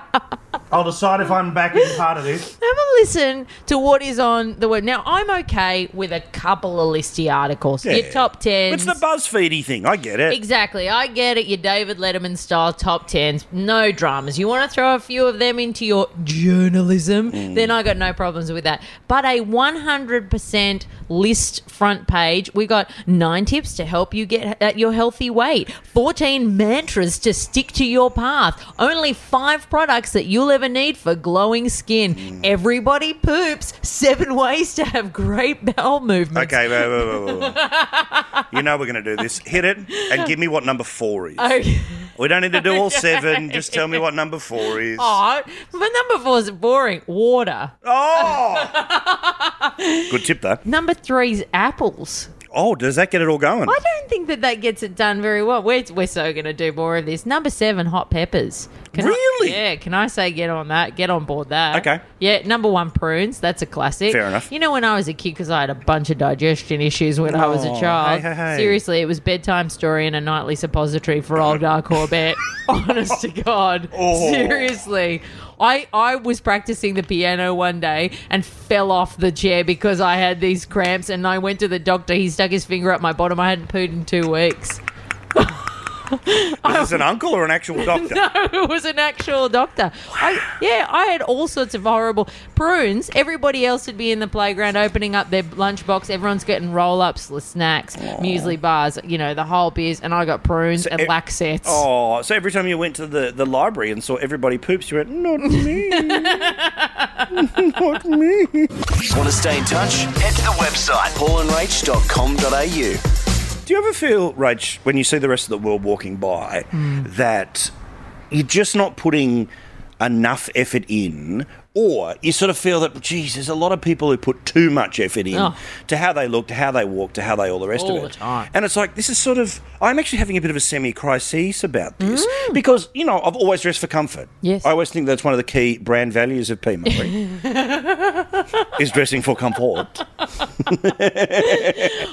[SPEAKER 3] I'll decide if I'm back in part of this.
[SPEAKER 4] Have a listen to what is on the web. Now, I'm okay with a couple of listy articles.
[SPEAKER 3] Yeah.
[SPEAKER 4] Your top 10s.
[SPEAKER 3] It's the BuzzFeedy thing. I get it.
[SPEAKER 4] Exactly. I get it. Your David Letterman style top 10s. No dramas. You want to throw a few of them into your journalism, then I got no problems with that. But a 100% list front page. We got nine tips to help you get at your healthy weight, 14 mantras to stick to your path, only five products that you'll ever need for glowing skin. Everybody poops, seven ways to have great bowel movements.
[SPEAKER 3] Okay, wait, wait, wait, wait, wait. you know we're going to do this. Hit it and give me what number four is.
[SPEAKER 4] Okay.
[SPEAKER 3] We don't need to do all seven. Just tell me what number four is.
[SPEAKER 4] Oh, but number four is boring. Water.
[SPEAKER 3] Oh! Good tip, though.
[SPEAKER 4] Number three is apples.
[SPEAKER 3] Oh, does that get it all going?
[SPEAKER 4] I don't think that that gets it done very well. We're, we're so going to do more of this. Number seven, hot peppers. Can I-
[SPEAKER 3] Really?
[SPEAKER 4] yeah. Can I say get on that? Get on board that.
[SPEAKER 3] Okay.
[SPEAKER 4] Yeah. Number one, prunes. That's a classic.
[SPEAKER 3] Fair enough.
[SPEAKER 4] You know, when I was a kid, because I had a bunch of digestion issues when I was a
[SPEAKER 3] Oh,
[SPEAKER 4] child.
[SPEAKER 3] hey, hey, hey.
[SPEAKER 4] Seriously, it was bedtime story and a nightly suppository for old Dark Corbett. Honest to God.
[SPEAKER 3] Oh.
[SPEAKER 4] Seriously. I, I was practicing the piano one day and fell off the chair because I had these cramps and I went to the doctor. He stuck his finger up my bottom. I hadn't pooed in two weeks.
[SPEAKER 3] Is this an uncle or an actual doctor?
[SPEAKER 4] No, it was an actual doctor. I, yeah, I had all sorts of horrible prunes. Everybody else would be in the playground opening up their lunchbox. Everyone's getting roll ups, snacks, muesli bars, you know, the whole beers. And I got prunes and
[SPEAKER 3] e-
[SPEAKER 4] laxets.
[SPEAKER 3] Oh, so every time you went to the, the library and saw everybody poops, you went, not me. not me.
[SPEAKER 2] Want to stay in touch? Head to the website paulandrach.com.au.
[SPEAKER 3] Do you ever feel, Rach, when you see the rest of the world walking
[SPEAKER 4] Hmm.
[SPEAKER 3] by, that you're just not putting enough effort in or you sort of feel that, geez, there's a lot of people who put too much effort in
[SPEAKER 4] Oh.
[SPEAKER 3] to how they look, to how they walk, to how they all the rest
[SPEAKER 4] All
[SPEAKER 3] of
[SPEAKER 4] the
[SPEAKER 3] it.
[SPEAKER 4] time.
[SPEAKER 3] And it's like, this is sort of, I'm actually having a bit of a semi crisis about this because, you know, I've always dressed for comfort.
[SPEAKER 4] Hmm. Yes.
[SPEAKER 3] I always think that's one of the key brand values of P. Murray is dressing for comfort.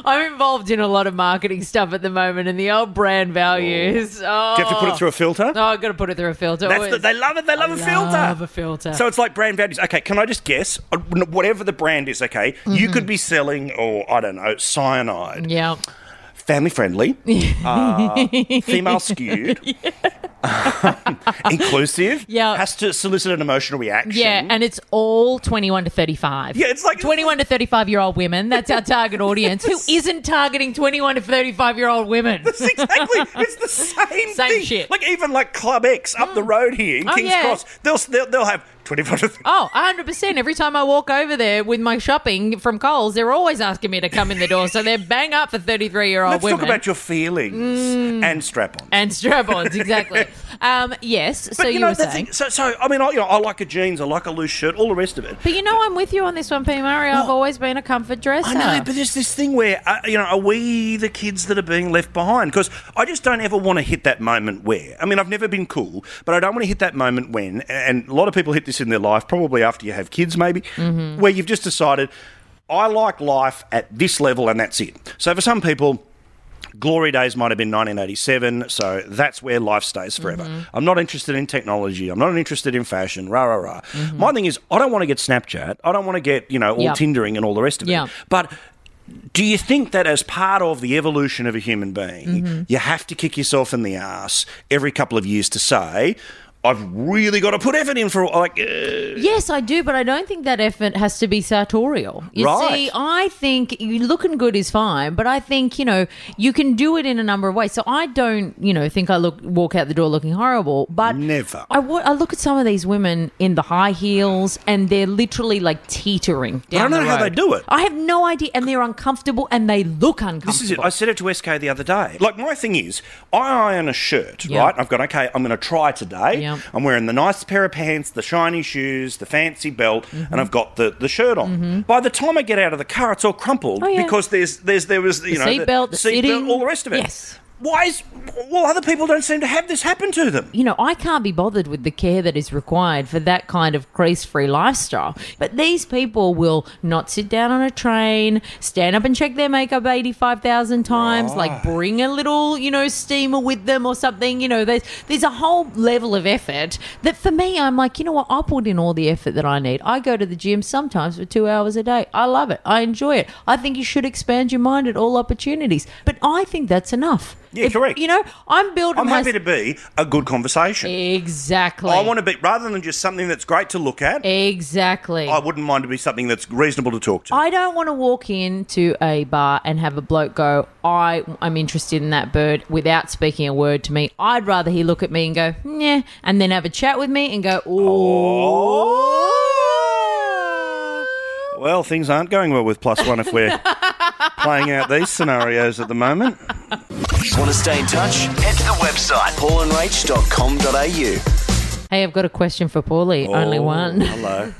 [SPEAKER 4] I'm involved in a lot of marketing stuff at the moment, and the old brand values. Oh,
[SPEAKER 3] Do you have to put it through a filter?
[SPEAKER 4] Oh, I've got to put it through a filter.
[SPEAKER 3] That's the,
[SPEAKER 4] Always.
[SPEAKER 3] they love it. They love a filter.
[SPEAKER 4] love a filter.
[SPEAKER 3] So it's like brand values. Okay, can I just guess? Uh, Whatever the brand is, okay,
[SPEAKER 4] Mm-hmm.
[SPEAKER 3] you could be selling, or I don't know, cyanide,
[SPEAKER 4] yeah.
[SPEAKER 3] family friendly, uh, female skewed, inclusive.
[SPEAKER 4] Yeah.
[SPEAKER 3] has to solicit an emotional reaction.
[SPEAKER 4] Yeah, and it's all 21 to 35.
[SPEAKER 3] yeah, it's like
[SPEAKER 4] 21 to 35 year old women. That's our target audience. Who isn't targeting 21 to 35 year old women?
[SPEAKER 3] It's exactly. It's the same,
[SPEAKER 4] Same
[SPEAKER 3] thing.
[SPEAKER 4] shit.
[SPEAKER 3] Like even like Club X up the road here in
[SPEAKER 4] Oh,
[SPEAKER 3] Kings
[SPEAKER 4] yeah.
[SPEAKER 3] Cross, they'll they'll, they'll have twenty five to
[SPEAKER 4] Oh, 100%. Every time I walk over there with my shopping from Coles, they're always asking me to come in the door. So they're bang up for 33 year old
[SPEAKER 3] Let's
[SPEAKER 4] women. Mm.
[SPEAKER 3] talk about your feelings and strap on.
[SPEAKER 4] and strap ons, exactly. um, yes, so you, were
[SPEAKER 3] that's
[SPEAKER 4] saying.
[SPEAKER 3] it. so, so I mean, I, you know, I like a jeans, I like a loose shirt, all the rest of it.
[SPEAKER 4] But you know, I'm with you on this one, P. Murray. I've
[SPEAKER 3] Well,
[SPEAKER 4] always been a comfort dresser.
[SPEAKER 3] I know, but there's this thing where, uh, you know, are we the kids that are being left behind? Because I just don't ever want to hit that moment where, I mean, I've never been cool, but I don't want to hit that moment when, and a lot of people hit this in their life, probably after you have kids, maybe, where you've just decided, I like life at this level and that's it. So for some people, Glory days might have been 1987, so that's where life stays forever. I'm not interested in technology. I'm not interested in fashion. Rah rah rah. My thing is, I don't want to get Snapchat. I don't want to get you know all
[SPEAKER 4] Yep.
[SPEAKER 3] Tindering and all the rest of
[SPEAKER 4] Yeah.
[SPEAKER 3] it. But do you think that as part of the evolution of a human being, you have to kick yourself in the ass every couple of years to say, "I've really got to put effort in for like"? Uh,
[SPEAKER 4] Yes, I do, but I don't think that effort has to be sartorial. You
[SPEAKER 3] Right.
[SPEAKER 4] see, I think you looking good is fine, but I think, you know, you can do it in a number of ways. So I don't, you know, think I look walk out the door looking horrible, but
[SPEAKER 3] Never.
[SPEAKER 4] I wa- I look at some of these women in the high heels and they're literally like teetering
[SPEAKER 3] don't
[SPEAKER 4] down
[SPEAKER 3] know
[SPEAKER 4] the
[SPEAKER 3] how they
[SPEAKER 4] road.
[SPEAKER 3] do it.
[SPEAKER 4] I have no idea and they're uncomfortable and they look uncomfortable.
[SPEAKER 3] This is it. I said it to SK the other day. Like my thing is, I iron a shirt,
[SPEAKER 4] Yeah.
[SPEAKER 3] right? I've got okay. I'm going to try today.
[SPEAKER 4] Yeah.
[SPEAKER 3] I'm wearing the nice pair of pants, the shiny shoes, the fancy belt,
[SPEAKER 4] Mm-hmm.
[SPEAKER 3] and I've got the, the shirt on. By the time I get out of the car, it's all crumpled
[SPEAKER 4] Oh, yeah.
[SPEAKER 3] because there's there's there was you know
[SPEAKER 4] seatbelt, the
[SPEAKER 3] seatbelt,
[SPEAKER 4] sitting.
[SPEAKER 3] all the rest of it.
[SPEAKER 4] Yes.
[SPEAKER 3] Why is well other people don't seem to have this happen to them?
[SPEAKER 4] you know, I can't be bothered with the care that is required for that kind of crease free lifestyle. But these people will not sit down on a train, stand up and check their makeup 85,000 times, like bring a little, you know, steamer with them or something. You know, there's, there's a whole level of effort that for me, I'm like, you know what? I'll put in all the effort that I need. I go to the gym sometimes for two hours a day. I love it. I enjoy it. I think you should expand your mind at all opportunities. But I think that's enough.
[SPEAKER 3] Yeah, correct.
[SPEAKER 4] You know, I'm building
[SPEAKER 3] I'm
[SPEAKER 4] my-
[SPEAKER 3] happy to be a good conversation.
[SPEAKER 4] Exactly.
[SPEAKER 3] I want to be rather than just something that's great to look at.
[SPEAKER 4] Exactly.
[SPEAKER 3] I
[SPEAKER 4] I
[SPEAKER 3] wouldn't mind to be something that's reasonable to talk to.
[SPEAKER 4] I don't want to walk into a bar and have a bloke go, I am interested in that bird without speaking a word to me. I'd rather he look at me and go, yeah, and then have a chat with me and go, oh.
[SPEAKER 3] Well, things aren't going well with plus one if we're playing out these scenarios at the moment.
[SPEAKER 2] Want to stay in touch? Head to the website paulandrach.com.au.
[SPEAKER 4] Hey, I've got a question for Paulie. Only
[SPEAKER 3] Oh,
[SPEAKER 4] one.
[SPEAKER 3] Hello.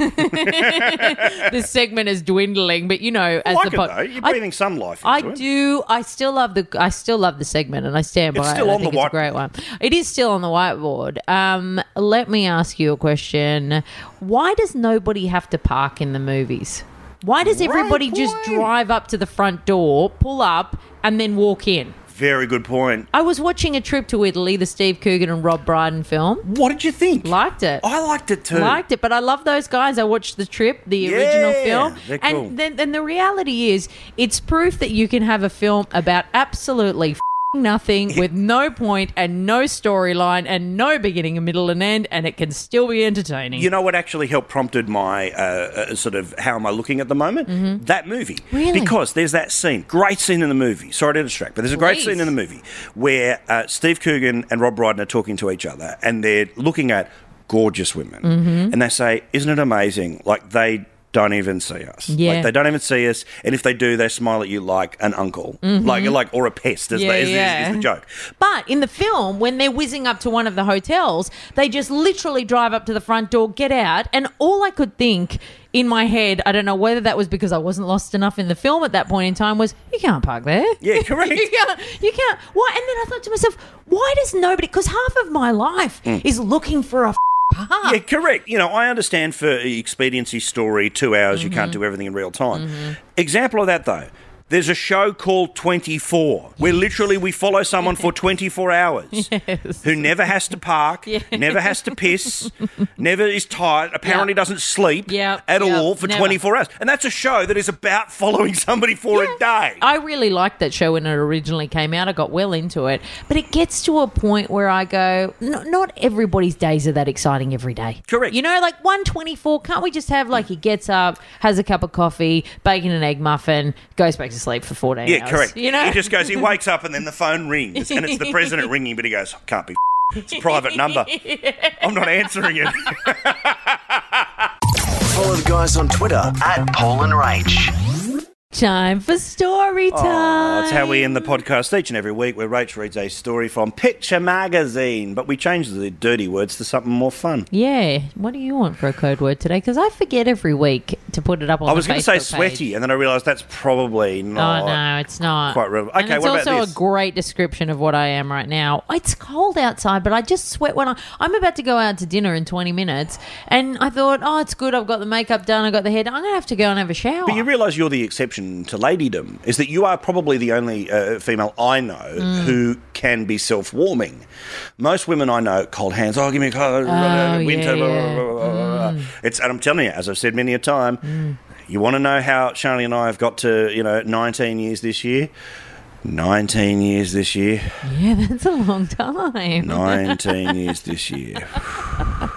[SPEAKER 4] this segment is dwindling, but you know,
[SPEAKER 3] Oh, I
[SPEAKER 4] as
[SPEAKER 3] like
[SPEAKER 4] the
[SPEAKER 3] it
[SPEAKER 4] pod-
[SPEAKER 3] though. You're
[SPEAKER 4] I-
[SPEAKER 3] breathing some life into
[SPEAKER 4] I
[SPEAKER 3] it.
[SPEAKER 4] do. I still love the. I still love the segment, and I stand by
[SPEAKER 3] It's
[SPEAKER 4] it.
[SPEAKER 3] still
[SPEAKER 4] I
[SPEAKER 3] on
[SPEAKER 4] think
[SPEAKER 3] the
[SPEAKER 4] it's a great one. It is still on the whiteboard. Um, let me ask you a question. Why does nobody have to park in the movies? Why does everybody just
[SPEAKER 3] point.
[SPEAKER 4] drive up to the front door, pull up, and then walk in?
[SPEAKER 3] Very good point.
[SPEAKER 4] I was watching a trip to Italy, the Steve Coogan and Rob Brydon film.
[SPEAKER 3] What did you think?
[SPEAKER 4] Liked it.
[SPEAKER 3] I liked it too.
[SPEAKER 4] Liked it, but I love those guys. I watched the trip, the original
[SPEAKER 3] Yeah,
[SPEAKER 4] film,
[SPEAKER 3] they're cool.
[SPEAKER 4] and then and the reality is, it's proof that you can have a film about absolutely f***ing nothing with no point and no storyline and no beginning, a middle, and end, and it can still be entertaining.
[SPEAKER 3] You know what actually helped prompted my uh, uh, sort of how am I looking at the moment? That movie.
[SPEAKER 4] Mm-hmm. Really?
[SPEAKER 3] Because there's that scene, great scene in the movie. Sorry to distract, but there's a great
[SPEAKER 4] Please.
[SPEAKER 3] scene in the movie where uh, Steve Coogan and Rob Brydon are talking to each other
[SPEAKER 4] Mm-hmm.
[SPEAKER 3] and they're looking at gorgeous women and they say, Isn't it amazing? Like they. don't even see us.
[SPEAKER 4] Yeah.
[SPEAKER 3] Like they don't even see us, and if they do, they smile at you like an uncle, like like or a pest. Is,
[SPEAKER 4] Yeah,
[SPEAKER 3] the, is, is-
[SPEAKER 4] Mm-hmm. yeah.
[SPEAKER 3] is the joke?
[SPEAKER 4] But in the film, when they're whizzing up to one of the hotels, they just literally drive up to the front door, get out, and all I could think in my head, I don't know whether that was because I wasn't lost enough in the film at that point in time, was you can't park there.
[SPEAKER 3] Yeah, correct.
[SPEAKER 4] you can't. You can't. Why? And then I thought to myself, why does nobody? Because half of my life
[SPEAKER 3] Hmm.
[SPEAKER 4] is looking for a. F- park.
[SPEAKER 3] Yeah, correct. You know, I understand for e, expediency story, two hours, you
[SPEAKER 4] Mm-hmm.
[SPEAKER 3] can't do everything in real time. Example of that, though, there's a show called 24, where literally we follow someone for 24 hours who never has to park, never has to piss, never is tired, apparently
[SPEAKER 4] Yep.
[SPEAKER 3] doesn't sleep
[SPEAKER 4] Yep,
[SPEAKER 3] at
[SPEAKER 4] yep,
[SPEAKER 3] all for
[SPEAKER 4] never.
[SPEAKER 3] 24 hours. And that's a show that is about following somebody for a day.
[SPEAKER 4] I really liked that show when it originally came out. I got well into it, but it gets to a point where I go, "No- not everybody's days are that exciting every day.
[SPEAKER 3] Correct.
[SPEAKER 4] You know, like one twenty four. Can't we just have like he gets up, has a cup of coffee, bacon and egg muffin, goes back to sleep for fourteen
[SPEAKER 3] yeah,
[SPEAKER 4] hours?
[SPEAKER 3] correct.
[SPEAKER 4] You know,
[SPEAKER 3] he just goes. He wakes up and then the phone rings, and it's the president ringing. But he goes, "Can't be. It's a private number. I'm not answering it."
[SPEAKER 2] Follow the guys on Twitter at Paul and Rach.
[SPEAKER 4] time for story time.
[SPEAKER 3] Oh, That's how we end the podcast each and every week, where Rach reads a story from Picture Magazine, but we change the dirty words to something more fun.
[SPEAKER 4] Yeah. What do you want for a code word today? Because I forget every week to put it up on.
[SPEAKER 3] I was
[SPEAKER 4] going to
[SPEAKER 3] say sweaty, and then I realised that's probably not.
[SPEAKER 4] Oh no, it's not
[SPEAKER 3] quite relevant.
[SPEAKER 4] And
[SPEAKER 3] Okay,
[SPEAKER 4] it's
[SPEAKER 3] what about
[SPEAKER 4] also
[SPEAKER 3] this?
[SPEAKER 4] a great description of what I am right now. It's cold outside, but I just sweat when I. I'm about to go out to dinner in 20 minutes, and I thought, oh, it's good. I've got the makeup done. I got the hair done. I'm gonna have to go and have a shower.
[SPEAKER 3] But you realise you're the exception to ladydom, is that you are probably the only uh, female I know
[SPEAKER 4] Mm.
[SPEAKER 3] who can be self warming. Most women I know, cold hands, oh, give me a cold,
[SPEAKER 4] Oh,
[SPEAKER 3] winter,
[SPEAKER 4] yeah,
[SPEAKER 3] blah,
[SPEAKER 4] yeah. Mm.
[SPEAKER 3] blah, blah, blah, blah. It's, and I'm telling you, as I've said many a time, you want to know how Charlie and I have got to, you know, 19 years this year? 19 years this year.
[SPEAKER 4] yeah, that's a long time.
[SPEAKER 3] 19 years this year.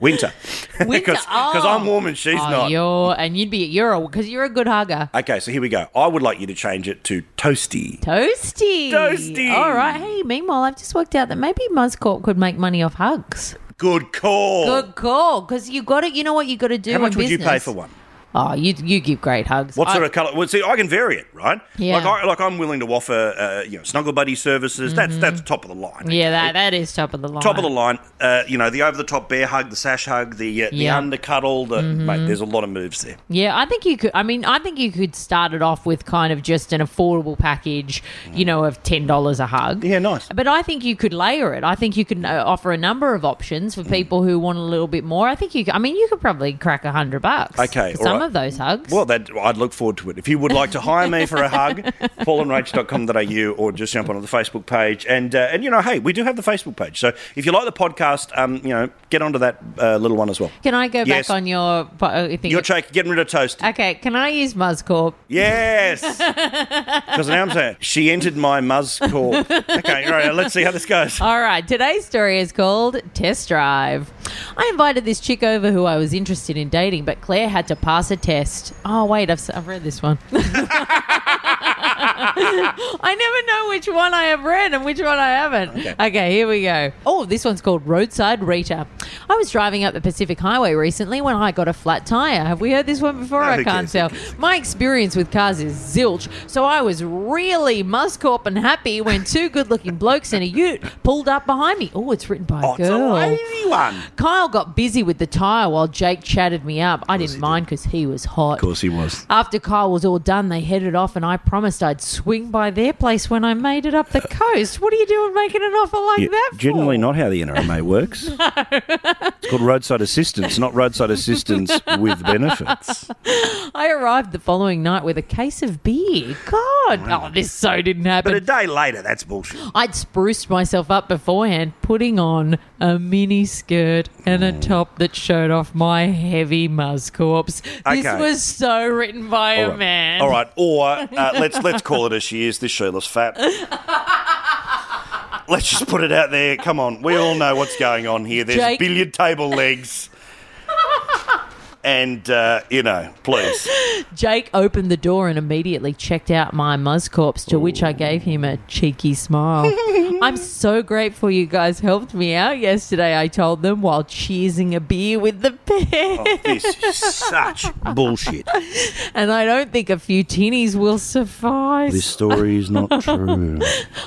[SPEAKER 3] Winter.
[SPEAKER 4] Winter.
[SPEAKER 3] Because I'm
[SPEAKER 4] oh.
[SPEAKER 3] warm and she's
[SPEAKER 4] Oh,
[SPEAKER 3] not.
[SPEAKER 4] You're and you'd be you're because you're a good hugger.
[SPEAKER 3] Okay, so here we go. I would like you to change it to toasty.
[SPEAKER 4] Toasty.
[SPEAKER 3] Toasty.
[SPEAKER 4] All right. Hey, meanwhile, I've just worked out that maybe Muzcorp could make money off hugs.
[SPEAKER 3] Good call.
[SPEAKER 4] Good call. Because you got to, you know what you got to do
[SPEAKER 3] How much
[SPEAKER 4] in
[SPEAKER 3] would you pay
[SPEAKER 4] business?
[SPEAKER 3] for one?
[SPEAKER 4] Oh, you you give great hugs.
[SPEAKER 3] What
[SPEAKER 4] I-
[SPEAKER 3] sort of colour? Well, see, I can vary it, right?
[SPEAKER 4] Yeah.
[SPEAKER 3] Like, I, like I'm willing to offer, uh, you know, snuggle buddy services. That's that's top of the line.
[SPEAKER 4] Mm-hmm. Yeah, that that is top of the line.
[SPEAKER 3] Top of the line, uh, you know, the over the top bear hug, the sash hug, the uh, the
[SPEAKER 4] Yeah. Mm-hmm.
[SPEAKER 3] undercuddle. The mate, there's a lot of moves there.
[SPEAKER 4] Yeah, I think you could. I mean, I think you could start it off with kind of just an affordable package, you know, of ten dollars a hug.
[SPEAKER 3] Mm. Yeah, nice.
[SPEAKER 4] But I think you could layer it. I think you can uh, offer a number of options
[SPEAKER 3] Mm.
[SPEAKER 4] for people who want a little bit more. I think you. Could, I mean, you could probably crack a hundred bucks.
[SPEAKER 3] Okay,
[SPEAKER 4] for
[SPEAKER 3] all
[SPEAKER 4] some
[SPEAKER 3] right.
[SPEAKER 4] of those hugs.
[SPEAKER 3] Well, that I'd look forward to it. If you would like to hire me for a hug, paulandrach.com.au or just jump onto the Facebook page. And uh, and you know, hey, we do have the Facebook page. So if you like the podcast, um, you know, get onto that uh, little one as well.
[SPEAKER 4] Can I go
[SPEAKER 3] Yes.
[SPEAKER 4] back on your po- uh, thing?
[SPEAKER 3] Your check, getting rid of toast.
[SPEAKER 4] okay, can I use Muzzcorp?
[SPEAKER 3] Yes, because now I'm saying she entered my Muzz call. Okay, all right, let's see how this goes.
[SPEAKER 4] All right, today's story is called Test Drive. I invited this chick over who I was interested in dating, but Claire had to pass a test. Oh, wait, I've, s- I've read this one. I never know which one I have read and which one I haven't. Okay. here we go. Oh, this one's called Roadside Rita. I was driving up the Pacific Highway recently when I got a flat tire. Have we heard this one before? I
[SPEAKER 3] who
[SPEAKER 4] can't
[SPEAKER 3] cares? Who
[SPEAKER 4] tell. My experience with cars is zilch, so I was really muscorp and happy when two good-looking blokes in a ute pulled up behind me. Oh, it's written by
[SPEAKER 3] Oh,
[SPEAKER 4] a
[SPEAKER 3] it's a
[SPEAKER 4] girl.
[SPEAKER 3] lazy one.
[SPEAKER 4] Kyle got busy with the tire while Jake chatted me up. I didn't mind because he was hot.
[SPEAKER 3] he was.
[SPEAKER 4] After Kyle was all done, they headed off, and I promised I'd swing by their place when I made it up the coast. What are you doing making an offer like that for?
[SPEAKER 3] generally not how the NRMA works. It's called roadside assistance, not roadside assistance with benefits.
[SPEAKER 4] I arrived the following night with a case of beer. God, oh, this so didn't
[SPEAKER 3] But a
[SPEAKER 4] happen.
[SPEAKER 3] day later, that's bullshit.
[SPEAKER 4] I'd spruced myself up beforehand, putting on a mini skirt and
[SPEAKER 3] Oh.
[SPEAKER 4] a top that showed off my heavy muzz corpse. This
[SPEAKER 3] Okay.
[SPEAKER 4] was so written by
[SPEAKER 3] All
[SPEAKER 4] a
[SPEAKER 3] right.
[SPEAKER 4] man.
[SPEAKER 3] All right, or uh, let's let's call it as she is. This shoeless fat. let's just put it out there. Come on, we all know what's going on here. There's
[SPEAKER 4] Jake-
[SPEAKER 3] billiard table legs. And, uh, you know, please.
[SPEAKER 4] Jake opened the door and immediately checked out my Muzzcorps, to which I gave him a cheeky smile. I'm so grateful you guys helped me out yesterday, I told them, while cheersing a beer with the pair.
[SPEAKER 3] This is such bullshit.
[SPEAKER 4] And I don't think a few tinnies will suffice.
[SPEAKER 3] This story is not true.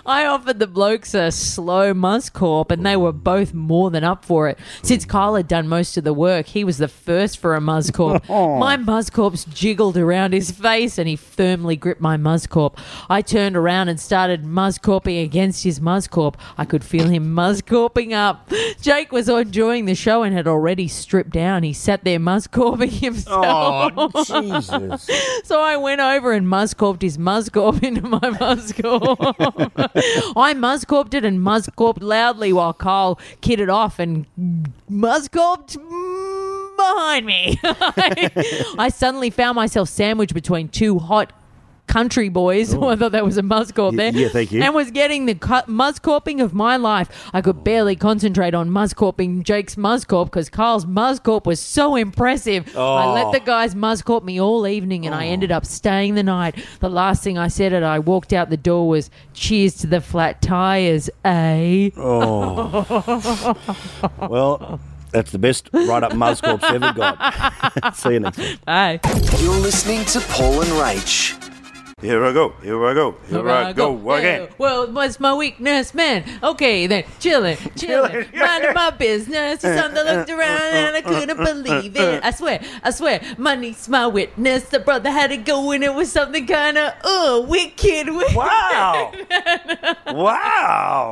[SPEAKER 4] I offered the blokes a slow Muzzcorp, and they were both more than up for it. Since Kyle had done most of the work, he was the first for a Muzzcorp. my Muzzcorps jiggled around his face, and he firmly gripped my Muzzcorp. I turned around and started Muzzcorping against his Muzzcorp. I could feel him Muzzcorping up. Jake was enjoying the show and had already stripped down. He sat there Muzzcorping himself.
[SPEAKER 6] Oh, Jesus.
[SPEAKER 4] So I went over and Muzzcorped his Muzzcorp into my Muzzcorp. I Muzzcorped it and Muzzcorped loudly while Carl kidded off and Muzzcorped mm, behind me. I suddenly found myself sandwiched between two hot country boys. I thought that was a Muzzcorp
[SPEAKER 6] Oh. Y-
[SPEAKER 4] there.
[SPEAKER 6] yeah, thank you.
[SPEAKER 4] And was getting the cu- Muzzcorping of my life. I
[SPEAKER 6] Oh.
[SPEAKER 4] could barely concentrate on Muzzcorping Jake's Muzzcorp because Carl's Muzzcorp was so impressive. I let
[SPEAKER 6] Oh.
[SPEAKER 4] the guys Muzzcorp me all evening and I ended up staying the night. The last thing I said as I walked out the door was, cheers to the flat tyres, eh?
[SPEAKER 6] Oh.
[SPEAKER 3] Well, that's the best write up Muzzcorp's ever got. See you next week.
[SPEAKER 4] Bye.
[SPEAKER 2] You're listening to Paul and Rach.
[SPEAKER 3] Here I go. Here I go. Here, I go, again.
[SPEAKER 4] uh, Well, what's my weakness, man? Okay, then chilling, chilling, minding my business. You suddenly
[SPEAKER 3] Uh,
[SPEAKER 4] looked around and I couldn't believe it. I swear, I swear, money's my witness. The brother had it going. It was something kind of uh wicked. wicked.
[SPEAKER 3] Wow. wow.